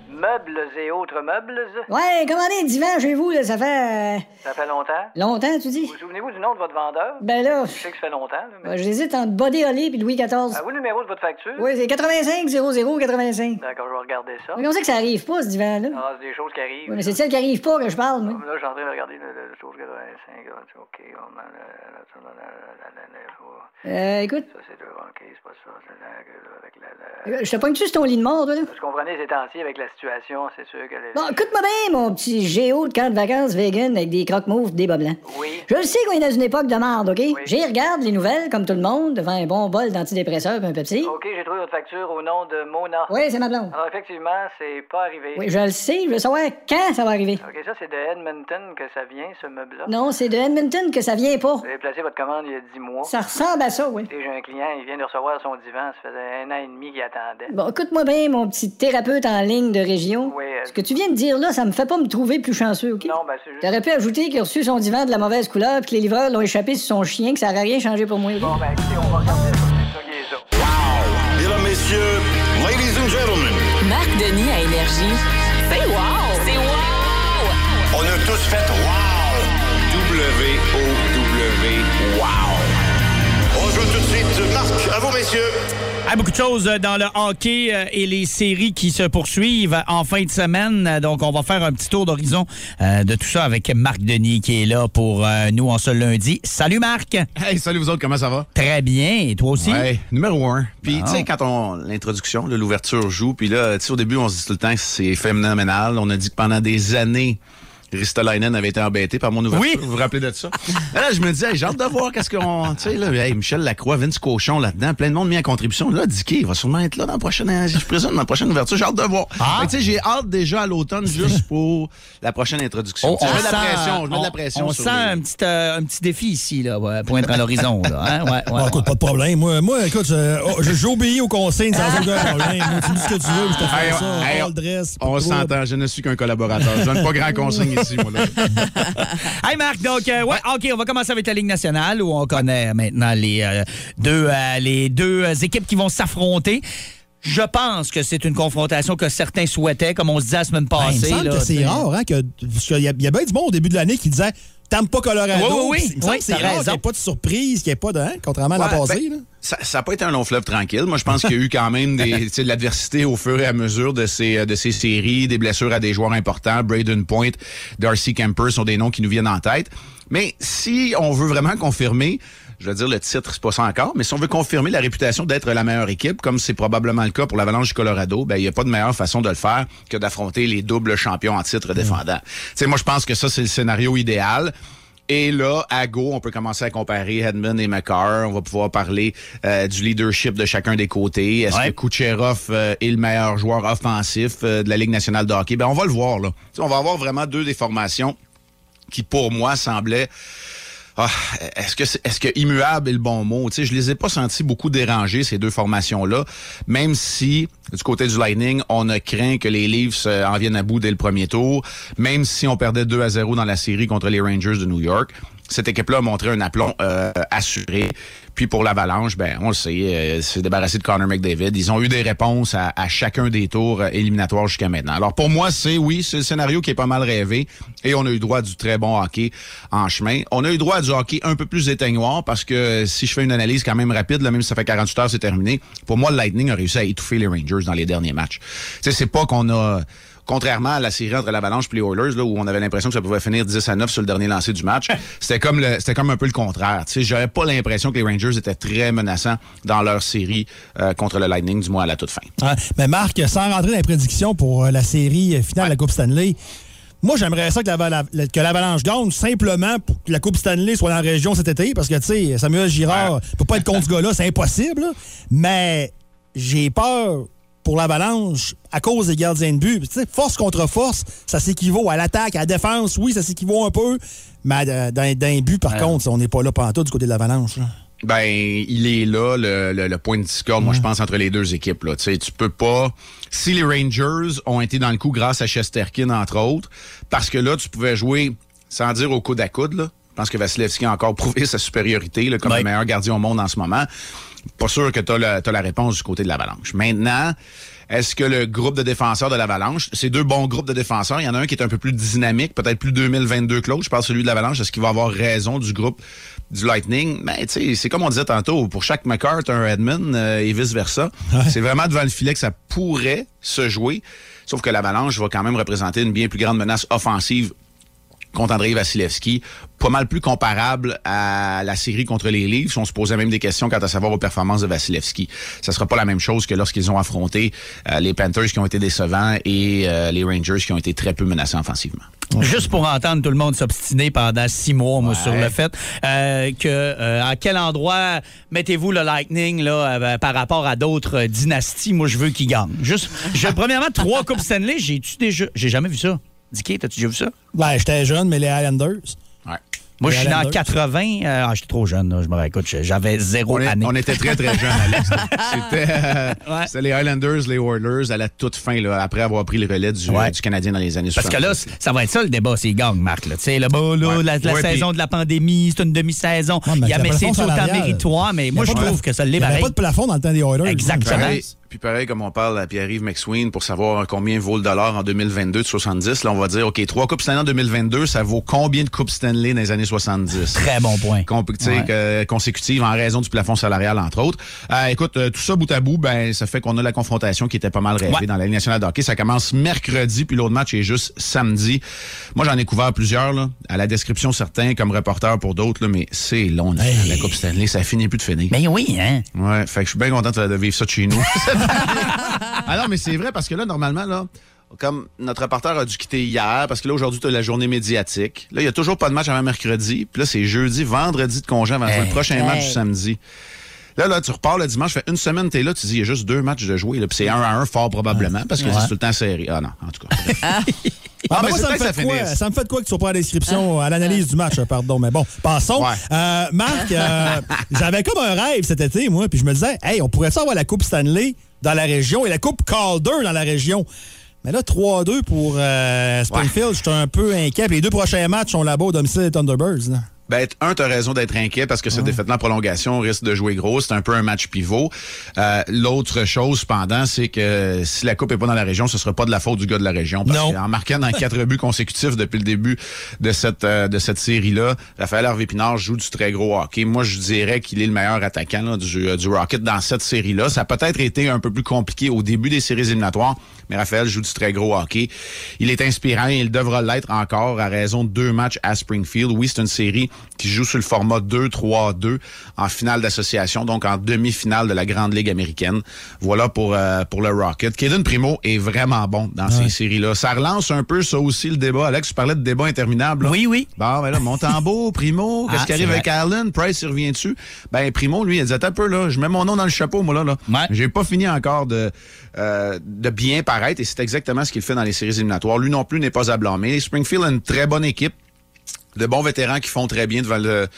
[SPEAKER 10] Meubles et autres meubles,
[SPEAKER 7] Ouais, commandez un divan chez vous, là, ça fait euh,
[SPEAKER 10] ça fait longtemps.
[SPEAKER 7] longtemps, tu dis?
[SPEAKER 10] Vous souvenez-vous du nom de votre vendeur?
[SPEAKER 7] Ben là,
[SPEAKER 10] Je sais que ça fait longtemps, là, mais...
[SPEAKER 7] euh, j'hésite entre Body Holly et Louis XIV.
[SPEAKER 10] Avez-vous le numéro de votre facture?
[SPEAKER 7] Oui, c'est 85 00 85.
[SPEAKER 10] D'accord, je vais regarder ça.
[SPEAKER 7] Mais Comment ça que ça arrive pas, ce divan-là?
[SPEAKER 10] Ah, c'est des choses qui arrivent.
[SPEAKER 7] Ouais, mais c'est de celle qui arrive pas que je parle, moi.
[SPEAKER 10] Là, je suis en train de regarder le, le, le chose 85. là, tu- OK, on a le- le- le- le- le- le- le-
[SPEAKER 7] Euh, écoute,
[SPEAKER 10] Ça, c'est deux. OK, c'est pas ça. C'est la... Avec la, la...
[SPEAKER 7] euh, je te pointe-tu sur ton lit de mort, toi, là?
[SPEAKER 10] Je comprenais ces temps-ci avec la situation, c'est sûr que... les-
[SPEAKER 7] Bon, écoute-moi bien, mon petit géo de camp de vacances vegan avec des croque mouves des bas blancs.
[SPEAKER 10] Oui.
[SPEAKER 7] Je le sais qu'on est dans une époque de marde, OK? J'y regarde les nouvelles, comme tout le monde, devant un bon bol d'antidépresseurs et un Pepsi.
[SPEAKER 10] OK, j'ai trouvé votre facture au nom de Mona.
[SPEAKER 7] Oui, c'est ma blonde.
[SPEAKER 10] Alors, effectivement, c'est pas arrivé.
[SPEAKER 7] Oui, je le sais, je veux savoir quand ça va arriver.
[SPEAKER 10] OK, ça, c'est de Edmonton que ça vient, ce meuble-là.
[SPEAKER 7] Non, c'est de Edmonton que ça vient pas.
[SPEAKER 10] Vous avez placé votre commande il y a 10 mois.
[SPEAKER 7] Ça ressemble à ça, oui.
[SPEAKER 10] Écoutez, J'ai un client, il vient de recevoir son divan. Ça faisait un an et demi qu'il attendait.
[SPEAKER 7] Bon, écoute-moi bien, mon petit thérapeute en ligne de région.
[SPEAKER 10] Oui, euh,
[SPEAKER 7] Ce que tu viens de dire là, ça me fait pas me trouver plus chanceux, OK?
[SPEAKER 10] Non, ben, c'est juste.
[SPEAKER 7] T'aurais pu ajouter qu'il a reçu son divan de la mauvaise couleur puis que les livreurs l'ont échappé sur son chien, que ça aurait rien changé pour moi. OK?
[SPEAKER 10] Bon, ben, écoutez, on va regarder ça. C'est ça qui est ça.
[SPEAKER 11] Mesdames, Messieurs, Ladies and Gentlemen,
[SPEAKER 2] Marc Denis à Énergie. C'est wow! C'est wow!
[SPEAKER 11] on a tous fait Wow! W-O-W, Wow! On joue tout de suite Marc, à vous, messieurs!
[SPEAKER 3] Ah, beaucoup de choses euh, dans le hockey euh, et les séries qui se poursuivent en fin de semaine. Euh, Donc, on va faire un petit tour d'horizon euh, de tout ça avec Marc Denis qui est là pour euh, nous en ce lundi. Salut Marc!
[SPEAKER 12] Hey, salut vous autres, comment ça va?
[SPEAKER 3] Très bien, et toi aussi?
[SPEAKER 12] Ouais, numéro un. Puis,
[SPEAKER 3] Bon.
[SPEAKER 12] tu sais, quand on. L'introduction, là, l'ouverture joue. Puis là, tu sais, au début, on se dit tout le temps que c'est phénoménal. On a dit que pendant des années, Ristolainen avait été embêté par mon ouverture. Oui. Vous vous rappelez de ça? Et là, je me disais, hey, j'ai hâte de voir qu'est-ce qu'on. Tu sais, là, hey, Michel Lacroix, Vince Cochon là-dedans, plein de monde mis en contribution. Là, Dicky, il va sûrement être là dans la prochaine. Je présume, dans la prochaine ouverture. J'ai hâte de voir.
[SPEAKER 3] Ah.
[SPEAKER 12] Fait que, Tu sais, j'ai hâte déjà à l'automne juste pour la prochaine introduction. Tu sais, je mets de la pression. Je mets de la pression
[SPEAKER 3] on
[SPEAKER 12] sur
[SPEAKER 3] sent
[SPEAKER 12] les-
[SPEAKER 3] un, petit, euh, un petit défi ici, là, ouais, pour être à l'horizon. là, hein? Ouais, ouais.
[SPEAKER 4] Bon, écoute, pas de problème. Moi, moi écoute, je- oh, je- j'obéis aux consignes sans aucun problème. Moi, tu me dis ce que tu veux, je te fais
[SPEAKER 12] Hey,
[SPEAKER 4] ça.
[SPEAKER 12] hey,
[SPEAKER 4] all dress, pas de
[SPEAKER 12] on
[SPEAKER 4] trouble.
[SPEAKER 12] s'entend, je ne suis qu'un collaborateur. Je donne pas grand consigne ici, moi. là.
[SPEAKER 3] Hey Marc, donc euh, ouais, ok, on va commencer avec la Ligue nationale où on connaît maintenant les euh, deux euh, les deux euh, équipes qui vont s'affronter. Je pense que c'est une confrontation que certains souhaitaient, comme on se disait la semaine
[SPEAKER 4] Ben, il me
[SPEAKER 3] passée.
[SPEAKER 4] semble
[SPEAKER 3] là,
[SPEAKER 4] que
[SPEAKER 3] tu sais.
[SPEAKER 4] c'est rare, hein, que, parce qu'il y, a- il y a bien du monde au début de l'année qui disait T'aimes pas Colorado.
[SPEAKER 12] Oui, oui, oui.
[SPEAKER 4] Il me semble
[SPEAKER 12] Oui,
[SPEAKER 4] que c'est
[SPEAKER 12] t'as
[SPEAKER 4] rare
[SPEAKER 12] raison.
[SPEAKER 4] qu'il n'y ait pas de surprise, qu'il n'y ait pas de. hein, contrairement à la
[SPEAKER 12] Ouais,
[SPEAKER 4] passée.
[SPEAKER 12] ben,
[SPEAKER 4] là.
[SPEAKER 12] ça n'a pas été un long fleuve tranquille. Moi, je pense qu'il y a eu quand même des, tu sais, de l'adversité au fur et à mesure de ces, euh, de ces séries, des blessures à des joueurs importants. Braden Point, Darcy Kemper sont des noms qui nous viennent en tête. Mais si on veut vraiment confirmer, je veux dire, le titre, c'est pas ça encore, mais si on veut confirmer la réputation d'être la meilleure équipe, comme c'est probablement le cas pour l'Avalanche du Colorado, ben, il n'y a pas de meilleure façon de le faire que d'affronter les doubles champions en
[SPEAKER 4] Mm.
[SPEAKER 12] titre défendant. Tu sais, moi, je pense que ça, c'est le scénario idéal. Et là, à Go, on peut commencer à comparer Hedman et McCarr. On va pouvoir parler euh, du leadership de chacun des côtés. Est-ce que Kucherov euh, est le meilleur joueur offensif euh, de la Ligue nationale de hockey? Ben, on va le voir. Là. Tu sais, On va avoir vraiment deux des formations qui, pour moi, semblaient ah, est-ce que c'est- est-ce que immuable est le bon mot Tu sais, je les ai pas sentis beaucoup dérangés ces deux formations là, même si du côté du Lightning, on a craint que les Leafs euh, en viennent à bout dès le premier tour, même si on perdait 2 à 0 dans la série contre les Rangers de New York. Cette équipe-là a montré un aplomb euh, assuré. Puis pour l'Avalanche, ben on le sait, euh, c'est débarrassé de Connor McDavid. Ils ont eu des réponses à, à chacun des tours euh, éliminatoires jusqu'à maintenant. Alors pour moi, c'est oui, c'est le scénario qui est pas mal rêvé et on a eu droit à du très bon hockey en chemin. On a eu droit à du hockey un peu plus éteignoir parce que si je fais une analyse quand même rapide, là, même si ça fait 48 heures, c'est terminé. Pour moi, le Lightning a réussi à étouffer les Rangers dans les derniers matchs. Tu sais, c'est pas qu'on a contrairement à la série entre l'Avalanche et les Oilers, là, où on avait l'impression que ça pouvait finir 10 à 9 sur le dernier lancer du match, c'était comme, le- c'était comme un peu le contraire. Tu sais, J'avais pas l'impression que les Rangers étaient très menaçants dans leur série euh, contre le Lightning, du moins à la toute fin.
[SPEAKER 4] Ah, mais Marc, sans rentrer dans les prédictions pour euh, la série euh, finale de la Coupe Stanley, moi, j'aimerais ça que la- la- la- que l'Avalanche gagne simplement pour que la Coupe Stanley soit dans la région cet été, parce que, tu sais, Samuel Girard peut pas être contre ce gars-là, c'est impossible. là. Mais j'ai peur pour l'Avalanche à cause des gardiens de but. Tu sais, force contre force, ça s'équivaut à l'attaque, à la défense, oui, ça s'équivaut un peu. Mais euh, dans, dans les buts, par contre, on n'est pas là pantoute du côté de l'Avalanche. là.
[SPEAKER 12] Ben, il est là, le, le- le point de discorde, moi, je pense, entre les deux équipes. Là. Tu sais, tu peux pas... Si les Rangers ont été dans le coup grâce à Chesterkin, entre autres, parce que là, tu pouvais jouer, sans dire au coude à coude, là. je pense que Vasilevski a encore prouvé sa supériorité là, comme
[SPEAKER 3] Ben,
[SPEAKER 12] le meilleur gardien au monde en ce moment. Pas sûr que tu as, la réponse du côté de l'Avalanche. Maintenant, est-ce que le groupe de défenseurs de l'Avalanche, c'est deux bons groupes de défenseurs, il y en a un qui est un peu plus dynamique, peut-être plus 2022 que l'autre, je pense celui de l'Avalanche, est-ce qu'il va avoir raison du groupe du Lightning? Ben, tu sais, c'est comme on disait tantôt, pour chaque McCart, un Edmund euh, et vice-versa. C'est vraiment devant le filet que ça pourrait se jouer, sauf que l'Avalanche va quand même représenter une bien plus grande menace offensive contre Andrei Vasilevski, pas mal plus comparable à la série contre les Leafs. On se posait même des questions quant à savoir aux performances de Vasilevski. Ça sera pas la même chose que lorsqu'ils ont affronté euh, les Panthers qui ont été décevants et euh, les Rangers qui ont été très peu menaçants offensivement.
[SPEAKER 3] Juste pour entendre tout le monde s'obstiner pendant six mois, moi, sur le fait euh, que euh, à quel endroit mettez-vous le Lightning là, euh, par rapport à d'autres euh, dynasties, moi je veux qu'ils gagnent. Juste, je- premièrement, trois coupes Stanley, j'ai-tu déjà. J'ai jamais vu ça. Dicky, t'as-tu déjà vu ça?
[SPEAKER 4] Ben, j'étais jeune, mais les Islanders.
[SPEAKER 3] Moi, je suis
[SPEAKER 4] Les
[SPEAKER 3] né en
[SPEAKER 4] Islanders.
[SPEAKER 3] 80. euh, ah, j'étais trop jeune. là, je me réécoute. J'avais zéro
[SPEAKER 12] On est-
[SPEAKER 3] année.
[SPEAKER 12] on était très, très jeunes, Alex. C'était euh, c'était les Highlanders, les Oilers à la toute fin, là, après avoir pris le relais du, du Canadien dans les années
[SPEAKER 3] Parce que là,
[SPEAKER 12] 70.
[SPEAKER 3] c- ça va être ça le débat, c'est gang, Marc. Là. Tu sais, le bas, là, la, la
[SPEAKER 12] Ouais,
[SPEAKER 3] saison de la pandémie, c'est une demi-saison. Il y a
[SPEAKER 4] la
[SPEAKER 3] mais c'est
[SPEAKER 4] plafond
[SPEAKER 3] autant
[SPEAKER 4] salariale.
[SPEAKER 3] méritoire, mais
[SPEAKER 4] Il y
[SPEAKER 3] moi,
[SPEAKER 4] a
[SPEAKER 3] je
[SPEAKER 4] pas de
[SPEAKER 3] trouve
[SPEAKER 4] plaf-
[SPEAKER 3] que ça
[SPEAKER 4] Il
[SPEAKER 3] l'est
[SPEAKER 4] n'y avait
[SPEAKER 3] pareil.
[SPEAKER 4] pas de plafond dans le temps des Oilers. Ah,
[SPEAKER 3] Exactement.
[SPEAKER 4] Ouais.
[SPEAKER 12] Pareil. Puis Puis pareil, comme on parle à Pierre-Yves McSween pour savoir combien vaut le dollar en 2022 de 70, là, on va dire, OK, trois Coupes Stanley en 2022, ça vaut combien de Coupes Stanley dans les années 70?
[SPEAKER 3] Très bon point.
[SPEAKER 12] Compl- tu sais,
[SPEAKER 3] Ouais.
[SPEAKER 12] que- consécutives en raison du plafond salarial, entre autres. Euh, écoute, euh, tout ça bout à bout, ben, ça fait qu'on a la confrontation qui était pas mal rêvée dans la Ligue nationale de hockey. Ça commence mercredi, puis l'autre match est juste samedi. Moi, j'en ai couvert plusieurs, là, à la description certains, comme reporter pour d'autres, là, mais c'est long, la, la Coupe Stanley, ça finit plus de finir.
[SPEAKER 3] Ben oui, hein?
[SPEAKER 12] Ouais, fait que je suis bien content de de vivre ça de chez nous. ah non, mais c'est vrai, parce que là, normalement, là, comme notre reporter a dû quitter hier, parce que là, aujourd'hui, tu la journée médiatique. Là, il n'y a toujours pas de match avant mercredi. Puis là, c'est jeudi, vendredi de congé avant de jouer
[SPEAKER 3] Euh,
[SPEAKER 12] le prochain
[SPEAKER 13] hey.
[SPEAKER 12] match du samedi. Là, là, tu repars le dimanche, fait une semaine, t'es là, tu dis, il y a juste deux matchs de jouer, là, puis c'est un à un fort probablement, parce que
[SPEAKER 4] Ouais.
[SPEAKER 12] c'est tout le temps serré. Ah non, en tout cas.
[SPEAKER 4] Ah,
[SPEAKER 12] Ah, mais
[SPEAKER 4] moi,
[SPEAKER 12] c'est
[SPEAKER 4] ça,
[SPEAKER 12] peut-être que
[SPEAKER 4] me fait
[SPEAKER 12] ça
[SPEAKER 4] de quoi,
[SPEAKER 12] finisse.
[SPEAKER 4] ça me fait de quoi que tu sois pas à l'inscription,
[SPEAKER 3] Hein?
[SPEAKER 4] à l'analyse du match, euh, pardon, mais bon, passons. Euh, Marc, euh, j'avais comme un rêve cet été, moi, puis je me disais, hey, on pourrait ça avoir la Coupe Stanley dans la région et la Coupe Calder dans la région. Mais là, 3-2 pour euh, Springfield, j'étais un peu inquiet. Puis les deux prochains matchs sont là-bas au domicile des Thunderbirds. là.
[SPEAKER 12] Ben, t- un, t'as raison d'être inquiet parce que cette défaite-là en prolongation risque de jouer gros. C'est un peu un match pivot. Euh, L'autre chose, cependant, c'est que si la Coupe est pas dans la région, ce sera pas de la faute du gars de la région. Parce que en marquant dans quatre buts consécutifs depuis le début de cette, euh, de cette série-là, Raphaël Harvey-Pinard joue du très gros hockey. Moi, je dirais qu'il est le meilleur attaquant là, du, euh, du Rocket dans cette série-là. Ça a peut-être été un peu plus compliqué au début des séries éliminatoires, mais Raphaël joue du très gros hockey. Il est inspirant et il devra l'être encore à raison de deux matchs à Springfield. Oui, c'est une série qui joue sur le format 2-3-2 en finale d'association, donc en demi-finale de la Grande Ligue américaine. Voilà pour, euh, pour le Rocket. Kaden Primo est vraiment bon dans ces séries-là. Ça relance un peu, ça aussi, le débat. Alex, tu parlais de débat interminable. Oui, oui. Bon, ben là, Montembeau, Primo, qu'est-ce
[SPEAKER 3] Ah,
[SPEAKER 12] qui arrive
[SPEAKER 3] c'est
[SPEAKER 12] avec
[SPEAKER 3] vrai.
[SPEAKER 12] Allen? Price, il revient dessus. Ben, Primo, lui, il a dit, attends un peu, là, je mets mon nom dans le chapeau, moi, là. là. J'ai pas fini encore de, euh, de bien paraître, et c'est exactement ce qu'il fait dans les séries éliminatoires. Lui non plus n'est pas à blâmer. Springfield a une très bonne équipe de bons vétérans qui font très bien devant le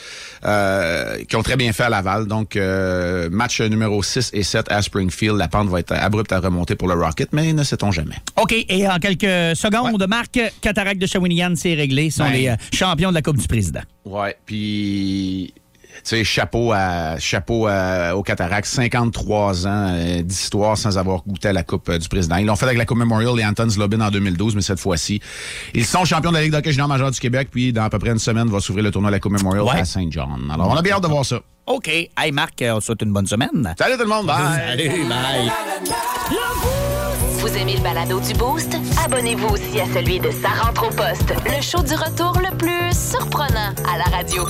[SPEAKER 12] euh, qui ont très bien fait à Laval. Donc euh, match numéro 6 et 7 à Springfield, la pente va être abrupte à remonter pour le Rocket, mais ne sait-on jamais.
[SPEAKER 3] OK, et en quelques secondes, Marc, cataracte de Shawinigan, c'est réglé. Ils sont
[SPEAKER 12] Ben.
[SPEAKER 3] les euh, champions de la Coupe du Président.
[SPEAKER 12] Ouais, puis tu sais chapeau à chapeau à- au Cataract, 53 ans euh, d'histoire sans avoir goûté à la Coupe euh, du président. Ils l'ont fait avec la Coupe Memorial et Anton Zlobin en 2012, mais cette fois-ci, ils sont champions de la Ligue d'hockey junior majeure du Québec, puis dans à peu près une semaine va s'ouvrir le tournoi de la Coupe Memorial
[SPEAKER 3] Ouais.
[SPEAKER 12] à Saint-John. Alors on a bien hâte de voir ça.
[SPEAKER 3] OK. Hey, Marc, euh, on te souhaite une bonne semaine.
[SPEAKER 12] Salut tout le monde. Bye.
[SPEAKER 3] Salut, bye.
[SPEAKER 2] Vous aimez le balado du Boost? Abonnez-vous aussi à celui de Sa rentre au poste, le show du retour le plus surprenant à la radio.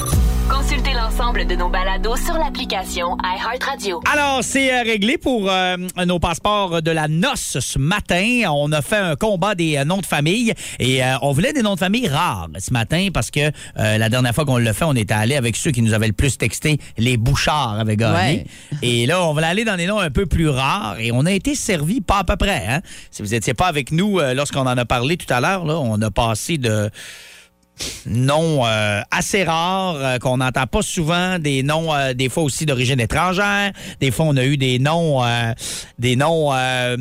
[SPEAKER 2] Consultez l'ensemble de nos balados sur l'application iHeartRadio.
[SPEAKER 3] Alors, c'est euh, réglé pour euh, nos passeports de la noce ce matin. On a fait un combat des euh, noms de famille et euh, on voulait des noms de famille rares ce matin parce que euh, la dernière fois qu'on l'a fait, on était allé avec ceux qui nous avaient le plus texté, les Bouchards avaient gagné. Et là, on voulait aller dans des noms un peu plus rares et on a été servi pas à peu près. hein. Si vous n'étiez pas avec nous euh, lorsqu'on en a parlé tout à l'heure, là, on a passé de noms euh, assez rares euh, qu'on n'entend pas souvent, des noms euh, des fois aussi d'origine étrangère, des fois on a eu des noms euh, des noms euh,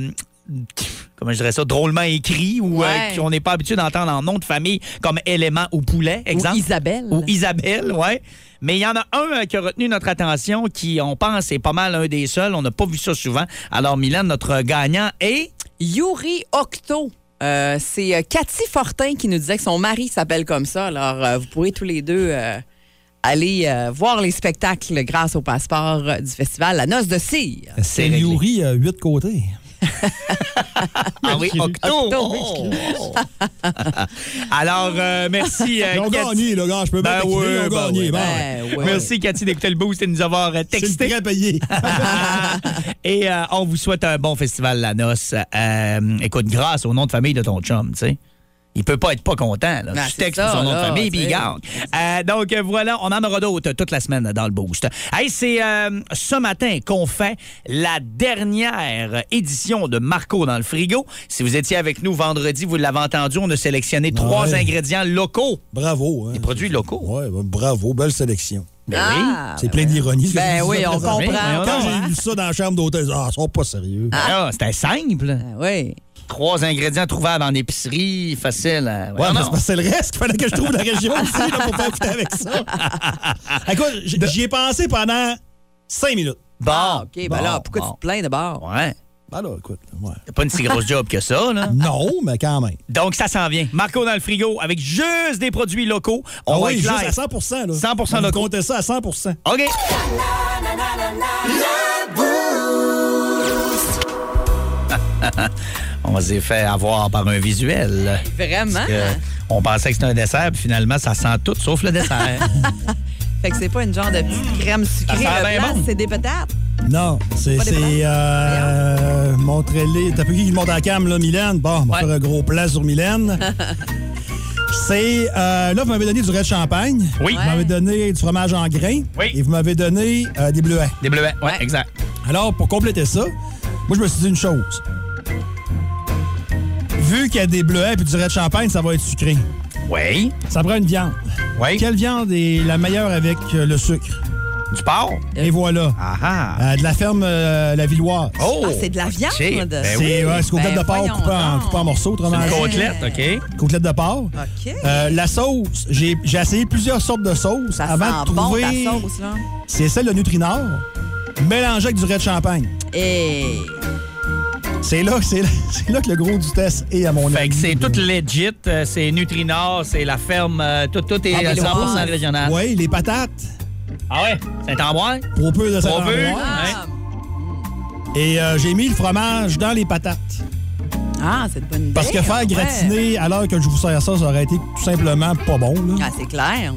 [SPEAKER 3] comment je dirais ça drôlement écrits ou euh,
[SPEAKER 5] Ouais.
[SPEAKER 3] qu'on n'est pas habitué d'entendre en nom de famille comme élément ou poulet exemple
[SPEAKER 5] Ou Isabelle.
[SPEAKER 3] ou Isabelle, ouais. Mais il y en a un euh, qui a retenu notre attention qui on pense est pas mal un des seuls, on n'a pas vu ça souvent. Alors Milan notre gagnant est
[SPEAKER 5] Yuri Octo. Euh, c'est euh, Cathy Fortin qui nous disait que son mari s'appelle comme ça. Alors, euh, vous pourrez tous les deux euh, aller euh, voir les spectacles grâce au passeport euh, du festival La Noce de Cire.
[SPEAKER 4] C'est Yuri, euh, huit côtés.
[SPEAKER 3] Ah oui, Octo. Alors, euh, merci. euh,
[SPEAKER 4] Ils ont
[SPEAKER 3] Cathy.
[SPEAKER 4] gagné, là, gars, je peux
[SPEAKER 3] Ben
[SPEAKER 4] bien t'écrire,
[SPEAKER 3] ouais,
[SPEAKER 4] ils ont
[SPEAKER 3] ben
[SPEAKER 4] gagné,
[SPEAKER 3] ouais.
[SPEAKER 4] bon,
[SPEAKER 3] Ben
[SPEAKER 4] ouais.
[SPEAKER 3] ouais. Merci, Cathy, d'écouter le boost et de nous avoir euh, texté. très payé. et euh, on vous souhaite un bon festival La Noce. Euh, écoute, grâce au nom de famille de ton chum, tu sais. Il peut pas être pas content. Là.
[SPEAKER 5] Ben,
[SPEAKER 3] tu
[SPEAKER 5] c'est
[SPEAKER 3] textes
[SPEAKER 5] ça,
[SPEAKER 3] pour son nom de
[SPEAKER 5] là,
[SPEAKER 3] famille,
[SPEAKER 5] tu
[SPEAKER 3] puis il
[SPEAKER 5] sais.
[SPEAKER 3] gagne. Euh, donc euh, voilà, on en aura d'autres toute la semaine dans le boost. Hey, c'est euh, ce matin qu'on fait la dernière édition de Marco dans le frigo. Si vous étiez avec nous vendredi, vous l'avez entendu, on a sélectionné trois ingrédients locaux.
[SPEAKER 4] Bravo. Des
[SPEAKER 3] produits locaux.
[SPEAKER 4] Ouais, ben, bravo, belle sélection.
[SPEAKER 3] Ben oui. Ah,
[SPEAKER 4] C'est
[SPEAKER 3] ben
[SPEAKER 4] plein
[SPEAKER 3] oui.
[SPEAKER 4] d'ironie. ce que
[SPEAKER 5] Ben
[SPEAKER 4] je vous
[SPEAKER 5] oui,
[SPEAKER 4] ai
[SPEAKER 5] on
[SPEAKER 4] présenté.
[SPEAKER 5] comprend, on
[SPEAKER 4] Quand
[SPEAKER 5] comprend.
[SPEAKER 4] j'ai lu ça dans la chambre d'hôtel, ah, ils sont pas sérieux.
[SPEAKER 3] Ben là, c'était simple.
[SPEAKER 5] oui.
[SPEAKER 3] Trois ingrédients trouvables en épicerie, facile. à-
[SPEAKER 4] Ouais,
[SPEAKER 3] Voyons
[SPEAKER 4] mais
[SPEAKER 3] donc.
[SPEAKER 4] c'est parce que c'est le reste qu'il fallait que je trouve la région aussi là, pour faire foutre avec ça. Écoute, j- j'y ai pensé pendant cinq minutes.
[SPEAKER 3] Bon, ben
[SPEAKER 5] OK, ben là, pourquoi tu te plains de bord?
[SPEAKER 3] Ouais.
[SPEAKER 4] Ah là, écoute, ouais.
[SPEAKER 3] T'as pas une si grosse job que ça, là.
[SPEAKER 4] Non, mais quand même.
[SPEAKER 3] Donc, ça s'en vient. Marco dans le frigo avec juste des produits locaux. On
[SPEAKER 4] Ah
[SPEAKER 3] va
[SPEAKER 4] oui,
[SPEAKER 3] être
[SPEAKER 4] juste
[SPEAKER 3] live.
[SPEAKER 4] à 100 là.
[SPEAKER 3] 100
[SPEAKER 4] On
[SPEAKER 3] locaux.
[SPEAKER 4] comptait ça à 100
[SPEAKER 3] OK. On s'est fait avoir par un visuel.
[SPEAKER 5] Vraiment?
[SPEAKER 3] Parce que on pensait que c'était un dessert, puis finalement, ça sent tout sauf le dessert.
[SPEAKER 5] Fait que c'est pas une genre de petite crème sucrée
[SPEAKER 4] Mm. Ça sent
[SPEAKER 5] de
[SPEAKER 4] bien
[SPEAKER 5] place,
[SPEAKER 4] bon.
[SPEAKER 5] c'est des patates.
[SPEAKER 4] Non, c'est.
[SPEAKER 5] Pas des plans.
[SPEAKER 4] c'est euh, Montrez-les. T'as plus qui monte à la cam, là, Mylène? Bon, on va faire un gros plat sur Mylène. c'est. euh, là, vous m'avez donné du raid champagne.
[SPEAKER 3] Oui.
[SPEAKER 4] Vous m'avez donné du fromage en grains. Oui. Et vous m'avez donné euh, des bleuets.
[SPEAKER 3] Des bleuets, ouais, exact.
[SPEAKER 4] Alors, pour compléter ça, moi, je me suis dit une chose. Vu qu'il y a des bleuets et du raid champagne, ça va être sucré.
[SPEAKER 3] Oui.
[SPEAKER 4] Ça prend une viande.
[SPEAKER 3] Oui.
[SPEAKER 4] Quelle viande est la meilleure avec euh, le sucre?
[SPEAKER 3] Du porc. Ah,
[SPEAKER 4] Et voilà. Euh, de la ferme euh, La Villoise.
[SPEAKER 5] Ah, c'est
[SPEAKER 3] Oh,
[SPEAKER 5] de la viande.
[SPEAKER 4] C'est ouais, c'est côtelette
[SPEAKER 5] Ben,
[SPEAKER 4] de porc
[SPEAKER 5] voyons
[SPEAKER 4] coupée en, coupée en morceaux, autrement
[SPEAKER 3] Eh C'est une
[SPEAKER 4] dit.
[SPEAKER 3] côtelette, OK.
[SPEAKER 4] Côtelette de porc.
[SPEAKER 5] OK.
[SPEAKER 4] Euh, la sauce, j'ai j'ai essayé plusieurs sortes de sauces avant de
[SPEAKER 5] sent bon,
[SPEAKER 4] trouver.
[SPEAKER 5] ta sauce, là.
[SPEAKER 4] C'est celle de Nutrinor, mélangée avec du raid champagne.
[SPEAKER 5] Et...
[SPEAKER 4] C'est là, c'est là, c'est là que le gros du test est, à mon avis.
[SPEAKER 3] Fait que c'est tout legit. euh, C'est Nutrinor, c'est la ferme. euh, tout, tout est
[SPEAKER 4] Ah,
[SPEAKER 3] à
[SPEAKER 4] mais
[SPEAKER 3] 100%
[SPEAKER 4] le-
[SPEAKER 3] régional.
[SPEAKER 4] Oui, les patates.
[SPEAKER 3] Ah ouais? Saint-Ambroise?
[SPEAKER 4] Trop peu de
[SPEAKER 3] Trop peu,
[SPEAKER 4] Saint-Ambroise. Et euh, j'ai mis le fromage dans les patates.
[SPEAKER 5] Ah, c'est une bonne idée.
[SPEAKER 4] Parce que faire
[SPEAKER 5] ouais.
[SPEAKER 4] gratiner à l'heure que je vous sers ça, ça aurait été tout simplement pas bon. là.
[SPEAKER 5] Ah, c'est clair.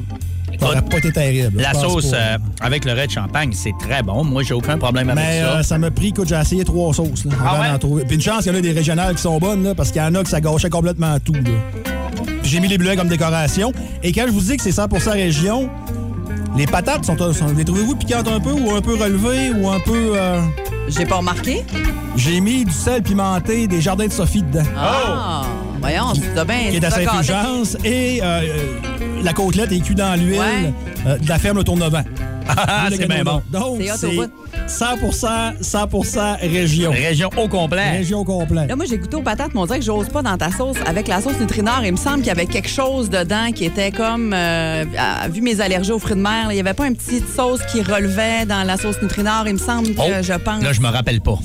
[SPEAKER 5] Ah,
[SPEAKER 4] Ça aurait pas été terrible.
[SPEAKER 3] La
[SPEAKER 4] je pense
[SPEAKER 3] sauce
[SPEAKER 4] pas.
[SPEAKER 3] euh, avec le red champagne, c'est très bon. Moi, j'ai aucun problème avec
[SPEAKER 4] Mais
[SPEAKER 3] ça. Ah
[SPEAKER 4] euh, ça m'a pris, écoute, j'ai essayé trois sauces. Là, avant d'en trouver. Puis une chance qu'il y en a des régionales qui sont bonnes, là, parce qu'il y en a que ça gâchait complètement tout. là. Puis J'ai mis les bleuets comme décoration. Et quand je vous dis que c'est 100% région, les patates, sont, sont- les trouvez-vous piquantes un peu ou un peu relevées ou un peu... euh,
[SPEAKER 5] J'ai pas remarqué.
[SPEAKER 4] J'ai mis du sel pimenté des jardins de Sophie dedans.
[SPEAKER 5] Ah, voyons, tu t'as bien...
[SPEAKER 4] Qui
[SPEAKER 5] tu
[SPEAKER 4] est à
[SPEAKER 5] t'as gâté.
[SPEAKER 4] Saint-Fulgence. Et euh, euh, la côtelette est cuite dans l'huile euh, de la ferme Le Tournevent.
[SPEAKER 3] Ah,
[SPEAKER 4] Le
[SPEAKER 3] c'est bien
[SPEAKER 4] Tournevent.
[SPEAKER 3] bon.
[SPEAKER 4] Donc,
[SPEAKER 5] C'est hot au
[SPEAKER 4] c'est
[SPEAKER 5] bout.
[SPEAKER 4] 100%, 100 région.
[SPEAKER 3] Région au complet.
[SPEAKER 4] Région au complet.
[SPEAKER 5] Là, moi, j'ai goûté aux patates, mais on dirait que j'ose pas dans ta sauce. Avec la sauce Nutrinor, il me semble qu'il y avait quelque chose dedans qui était comme... euh, à- vu mes allergies aux fruits de mer, là, il y avait pas une petite sauce qui relevait dans la sauce Nutrinor, il me semble que je pense.
[SPEAKER 3] Oh, Là, je me rappelle pas.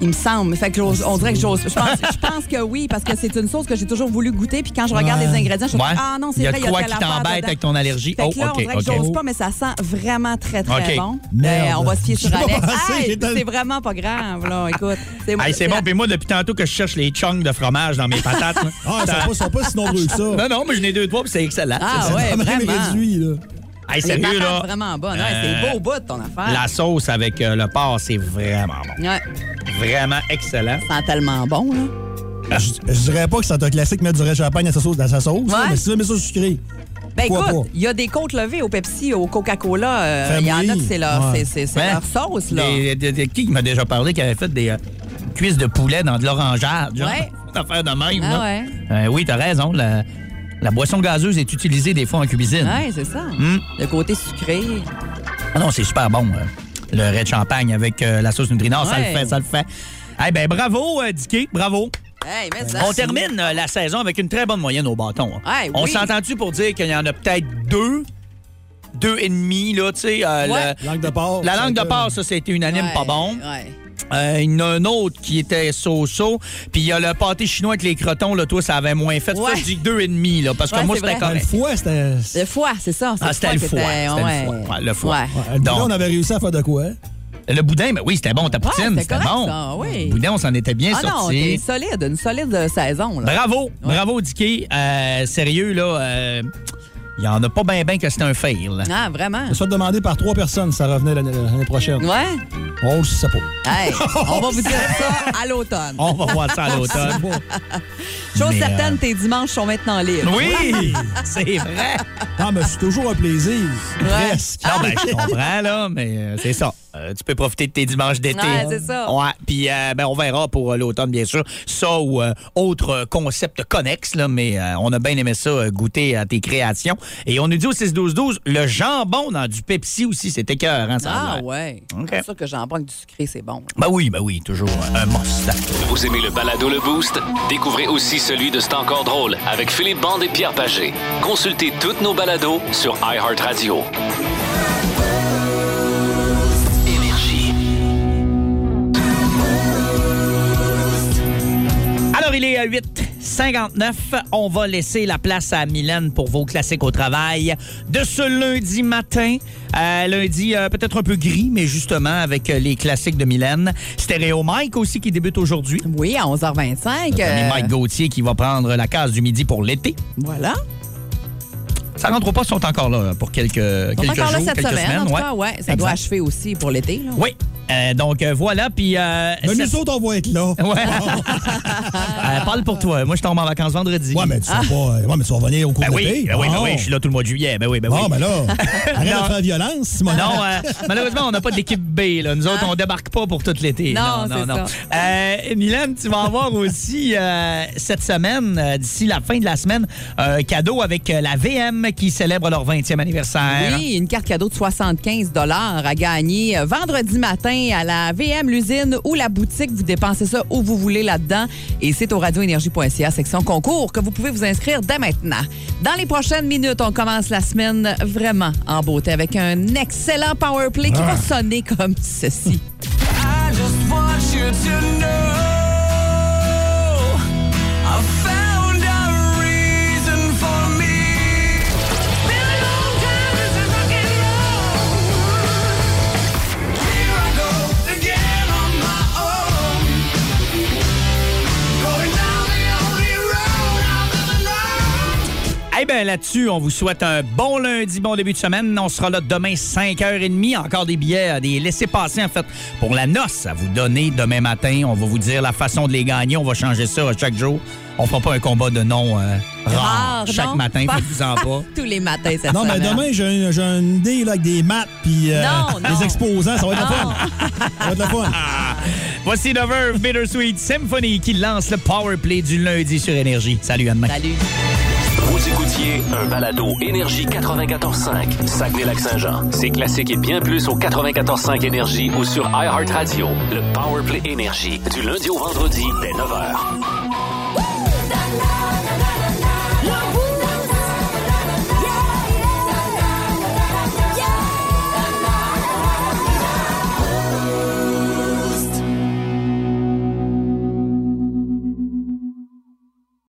[SPEAKER 5] Il me semble. Fait que j'ose- on dirait que j'ose. Je pense, je pense que oui, parce que c'est une sauce que j'ai toujours voulu goûter. Puis quand je regarde
[SPEAKER 3] Ouais.
[SPEAKER 5] les ingrédients, je me dis,
[SPEAKER 3] Ouais.
[SPEAKER 5] ah non, c'est
[SPEAKER 3] Il y a
[SPEAKER 5] vrai,
[SPEAKER 3] de quoi
[SPEAKER 5] telle
[SPEAKER 3] qui
[SPEAKER 5] affaire
[SPEAKER 3] t'embête
[SPEAKER 5] dedans.
[SPEAKER 3] avec ton allergie.
[SPEAKER 5] Fait que
[SPEAKER 3] Oh,
[SPEAKER 5] là,
[SPEAKER 3] OK,
[SPEAKER 5] on dirait que
[SPEAKER 3] OK.
[SPEAKER 5] j'ose pas, mais ça sent vraiment très, très
[SPEAKER 3] OK.
[SPEAKER 5] bon.
[SPEAKER 3] Merde.
[SPEAKER 5] Euh, on va se fier sur
[SPEAKER 3] J'ai pas
[SPEAKER 5] Alex.
[SPEAKER 3] pensé,
[SPEAKER 5] Hey,
[SPEAKER 3] j'ai tellement-
[SPEAKER 5] c'est vraiment pas grave, là. Écoute.
[SPEAKER 3] Hey, c'est bon, puis moi, depuis tantôt que je cherche les chunks de fromage dans mes patates. là.
[SPEAKER 4] Ah, ça ne sont pas si nombreux que ça.
[SPEAKER 3] Non, non, mais je n'ai deux, trois, puis c'est excellent.
[SPEAKER 5] Ah,
[SPEAKER 3] C'est-
[SPEAKER 5] ouais,
[SPEAKER 3] c'est
[SPEAKER 5] vraiment.
[SPEAKER 4] réduit, là.
[SPEAKER 3] Hey, sérieux,
[SPEAKER 5] les patates
[SPEAKER 3] là.
[SPEAKER 5] vraiment bonnes. Ouais,
[SPEAKER 3] euh,
[SPEAKER 5] c'est beau au bout de ton affaire.
[SPEAKER 3] La sauce avec euh, le porc, c'est vraiment bon.
[SPEAKER 5] Ouais,
[SPEAKER 3] Vraiment excellent.
[SPEAKER 5] ça sent tellement bon, là.
[SPEAKER 4] Je, je dirais pas que c'est un classique mettre du raid champagne à sa sauce, dans sa sauce, là, mais si tu veux mettre ça sucré.
[SPEAKER 5] Ben
[SPEAKER 4] pourquoi
[SPEAKER 5] écoute,
[SPEAKER 4] pas?
[SPEAKER 5] il y a des côtes levées au Pepsi, au Coca-Cola. euh, Il y en a que c'est leur, c'est- c'est- c'est
[SPEAKER 3] Hein?
[SPEAKER 5] leur sauce, là.
[SPEAKER 3] Des- des- des- qui m'a déjà parlé qui avait fait des euh, cuisses de poulet dans de l'orangeade? genre?
[SPEAKER 5] Ouais.
[SPEAKER 3] Une affaire de même,
[SPEAKER 5] Ah
[SPEAKER 3] là.
[SPEAKER 5] ouais.
[SPEAKER 3] Euh, oui, t'as raison. La, la boisson gazeuse est utilisée des fois en cuisine.
[SPEAKER 5] Ouais, c'est ça.
[SPEAKER 3] Hmm.
[SPEAKER 5] Le côté sucré.
[SPEAKER 3] Ah non, c'est super bon. euh, Le raid champagne avec euh, la sauce Nutrinor, ça le
[SPEAKER 5] Ouais.
[SPEAKER 3] fait, ça le fait. Eh ben bravo, euh, Dicky, bravo.
[SPEAKER 5] Hey, mais ça-
[SPEAKER 3] On termine euh, la saison avec une très bonne moyenne au bâton. hein.
[SPEAKER 5] Ouais,
[SPEAKER 3] On
[SPEAKER 5] oui.
[SPEAKER 3] s'entend-tu pour dire qu'il y en a peut-être deux, deux et demi, là, tu sais. euh,
[SPEAKER 5] Ouais.
[SPEAKER 3] le-
[SPEAKER 4] Langue de porc.
[SPEAKER 3] La langue de
[SPEAKER 4] c'est
[SPEAKER 3] porc, ça, c'était unanime,
[SPEAKER 5] Ouais,
[SPEAKER 3] pas bon.
[SPEAKER 5] ouais.
[SPEAKER 3] Euh, il y en a un autre qui était so-so. Puis il y a le pâté chinois avec les crotons, là, toi, ça avait moins fait. C'est pour ça que je dis deux et demi, là, parce que
[SPEAKER 5] Ouais,
[SPEAKER 3] moi,
[SPEAKER 5] c'est
[SPEAKER 3] c'était
[SPEAKER 5] vrai.
[SPEAKER 4] Ben, Le
[SPEAKER 3] correct.
[SPEAKER 4] foie, c'était.
[SPEAKER 5] Le foie, c'est ça. c'est
[SPEAKER 3] Ah, c'était le
[SPEAKER 5] qui
[SPEAKER 3] foie.
[SPEAKER 5] était-
[SPEAKER 3] C'était
[SPEAKER 5] ouais.
[SPEAKER 3] le foie. Ouais, le foie.
[SPEAKER 4] Ouais, le boudin,
[SPEAKER 3] Donc-
[SPEAKER 4] on avait réussi à faire de quoi? hein?
[SPEAKER 3] Le boudin, ben oui, c'était bon, ta poutine,
[SPEAKER 5] c'était
[SPEAKER 3] c'était
[SPEAKER 5] correct,
[SPEAKER 3] bon.
[SPEAKER 5] ça, oui.
[SPEAKER 3] Le boudin, on s'en était bien
[SPEAKER 5] Ah non, t'es
[SPEAKER 3] sorti. Ben
[SPEAKER 5] solide, une solide euh, saison. Là.
[SPEAKER 3] Bravo, bravo, Dicky. Euh, sérieux, là, euh, il y en a pas bien, bien que c'était un fail.
[SPEAKER 5] Ah, vraiment?
[SPEAKER 4] Je me suis fait demander par trois personnes si ça revenait l'année- l'année prochaine.
[SPEAKER 5] Ouais?
[SPEAKER 4] On le sait pas.
[SPEAKER 5] Hey, on va vous dire ça à l'automne.
[SPEAKER 3] On va voir ça à
[SPEAKER 4] C'est
[SPEAKER 3] l'automne.
[SPEAKER 4] bon.
[SPEAKER 5] Chose
[SPEAKER 3] Oh, Mais, euh,
[SPEAKER 5] certaine, tes dimanches sont maintenant libres.
[SPEAKER 3] Oui, c'est vrai.
[SPEAKER 4] Ah, mais c'est toujours un plaisir. Presque.
[SPEAKER 5] Ah.
[SPEAKER 3] Non, ben, je comprends, là, mais euh, c'est ça. Euh, tu peux profiter de tes dimanches d'été.
[SPEAKER 5] Ouais, c'est ça.
[SPEAKER 3] Ouais, puis euh, ben, on verra pour euh, l'automne, bien sûr. Ça ou euh, autre euh, concept connexe, là, mais euh, on a bien aimé ça, euh, goûter à tes créations. Et on nous dit au 6-12-12, le jambon dans du Pepsi aussi, c'est écœurant, hein, ça a
[SPEAKER 5] Ah,
[SPEAKER 3] l'air.
[SPEAKER 5] ouais.
[SPEAKER 3] OK.
[SPEAKER 5] C'est sûr que j'en prends que du sucré, c'est bon.
[SPEAKER 3] Ben oui, ben oui, toujours euh, un must.
[SPEAKER 1] Vous aimez le balado Le Boost? Découvrez aussi celui de C'est encore drôle avec Philippe Bande et Pierre Pagé. Consultez toutes nos balados sur iHeartRadio.
[SPEAKER 3] 8 59. On va laisser la place à Mylène pour vos classiques au travail de ce lundi matin. Euh, lundi, euh, peut-être un peu gris, mais justement avec euh, les classiques de Mylène. Stéréo Mike aussi qui débute aujourd'hui.
[SPEAKER 5] Oui, à 11h25.
[SPEAKER 3] Mike Gauthier qui va prendre la case du midi pour l'été.
[SPEAKER 5] euh, Voilà.
[SPEAKER 3] Ça rentre pas, sont encore là pour quelques,
[SPEAKER 5] On est
[SPEAKER 3] quelques
[SPEAKER 5] encore là
[SPEAKER 3] jours,
[SPEAKER 5] cette
[SPEAKER 3] quelques
[SPEAKER 5] semaine,
[SPEAKER 3] semaines.
[SPEAKER 5] en tout
[SPEAKER 3] ouais.
[SPEAKER 5] cas, ouais, ça doit
[SPEAKER 3] Exact.
[SPEAKER 5] achever aussi pour l'été. là.
[SPEAKER 3] Oui. Euh, donc euh, voilà, puis... Euh,
[SPEAKER 5] Ben, nous
[SPEAKER 3] autres, on va être là. Ouais. Euh, parle pour toi. Moi, je tombe en vacances vendredi. Ouais, mais
[SPEAKER 4] Tu vas pas- ouais, mais tu vas revenir au cours
[SPEAKER 3] Ben
[SPEAKER 4] de
[SPEAKER 3] oui,
[SPEAKER 4] l'été.
[SPEAKER 3] ben oui, ben
[SPEAKER 4] Bon.
[SPEAKER 3] oui, je suis là tout le mois de juillet. Ben oui, ben oui.
[SPEAKER 4] Bon, Ah. ben là, arrête
[SPEAKER 3] Non.
[SPEAKER 4] de faire violence, Simon.
[SPEAKER 3] Non, euh, malheureusement, on n'a pas d'équipe B. là. Nous autres, on débarque pas pour tout l'été.
[SPEAKER 4] Ah. Non, c'est
[SPEAKER 3] Euh, Mylène, tu vas avoir aussi euh, cette semaine, euh, d'ici la fin de la semaine, un cadeau avec euh, la VM qui célèbre leur 20e anniversaire.
[SPEAKER 5] Oui, une carte cadeau de 75 à gagner euh, vendredi matin à la VM, l'usine ou la boutique. Vous dépensez ça où vous voulez là-dedans. Et c'est au radioénergie.ca, section concours, que vous pouvez vous inscrire dès maintenant. Dans les prochaines minutes, on commence la semaine vraiment en beauté avec un excellent power play qui va sonner comme ceci.
[SPEAKER 6] Ah. I just want you to know I found a reason for me. Been a long time since I can Here I go again on my own. Going down the only road I've ever known.
[SPEAKER 3] Eh bien, là-dessus, on vous souhaite un bon lundi, bon début de semaine. On sera là demain 5h30. Encore des billets, des laissés-passer, en fait, pour la noce à vous donner demain matin. On va vous dire la façon de les gagner. On va changer ça à chaque jour. On fera pas un combat de noms euh, rares
[SPEAKER 5] Rare,
[SPEAKER 3] chaque
[SPEAKER 5] non?
[SPEAKER 3] matin. Faites-vous en pas.
[SPEAKER 5] Tous les matins cette
[SPEAKER 4] Non, mais
[SPEAKER 5] semaine.
[SPEAKER 4] demain, j'ai un- j'ai une idée là, avec des maps puis euh,
[SPEAKER 5] Non, non.
[SPEAKER 4] des exposants. Ça va être la
[SPEAKER 5] Non.
[SPEAKER 4] fun. Ça va être la fun.
[SPEAKER 3] Voici The Verve Bittersweet Symphony qui lance le power play du lundi sur Énergie. Salut, Anne-Marie.
[SPEAKER 5] Salut.
[SPEAKER 1] Vous écoutiez un balado Énergie 94.5, Saguenay-Lac-Saint-Jean. C'est classique et bien plus au 94.5 Énergie ou sur iHeartRadio. Le Powerplay Énergie, du lundi au vendredi, dès 9h.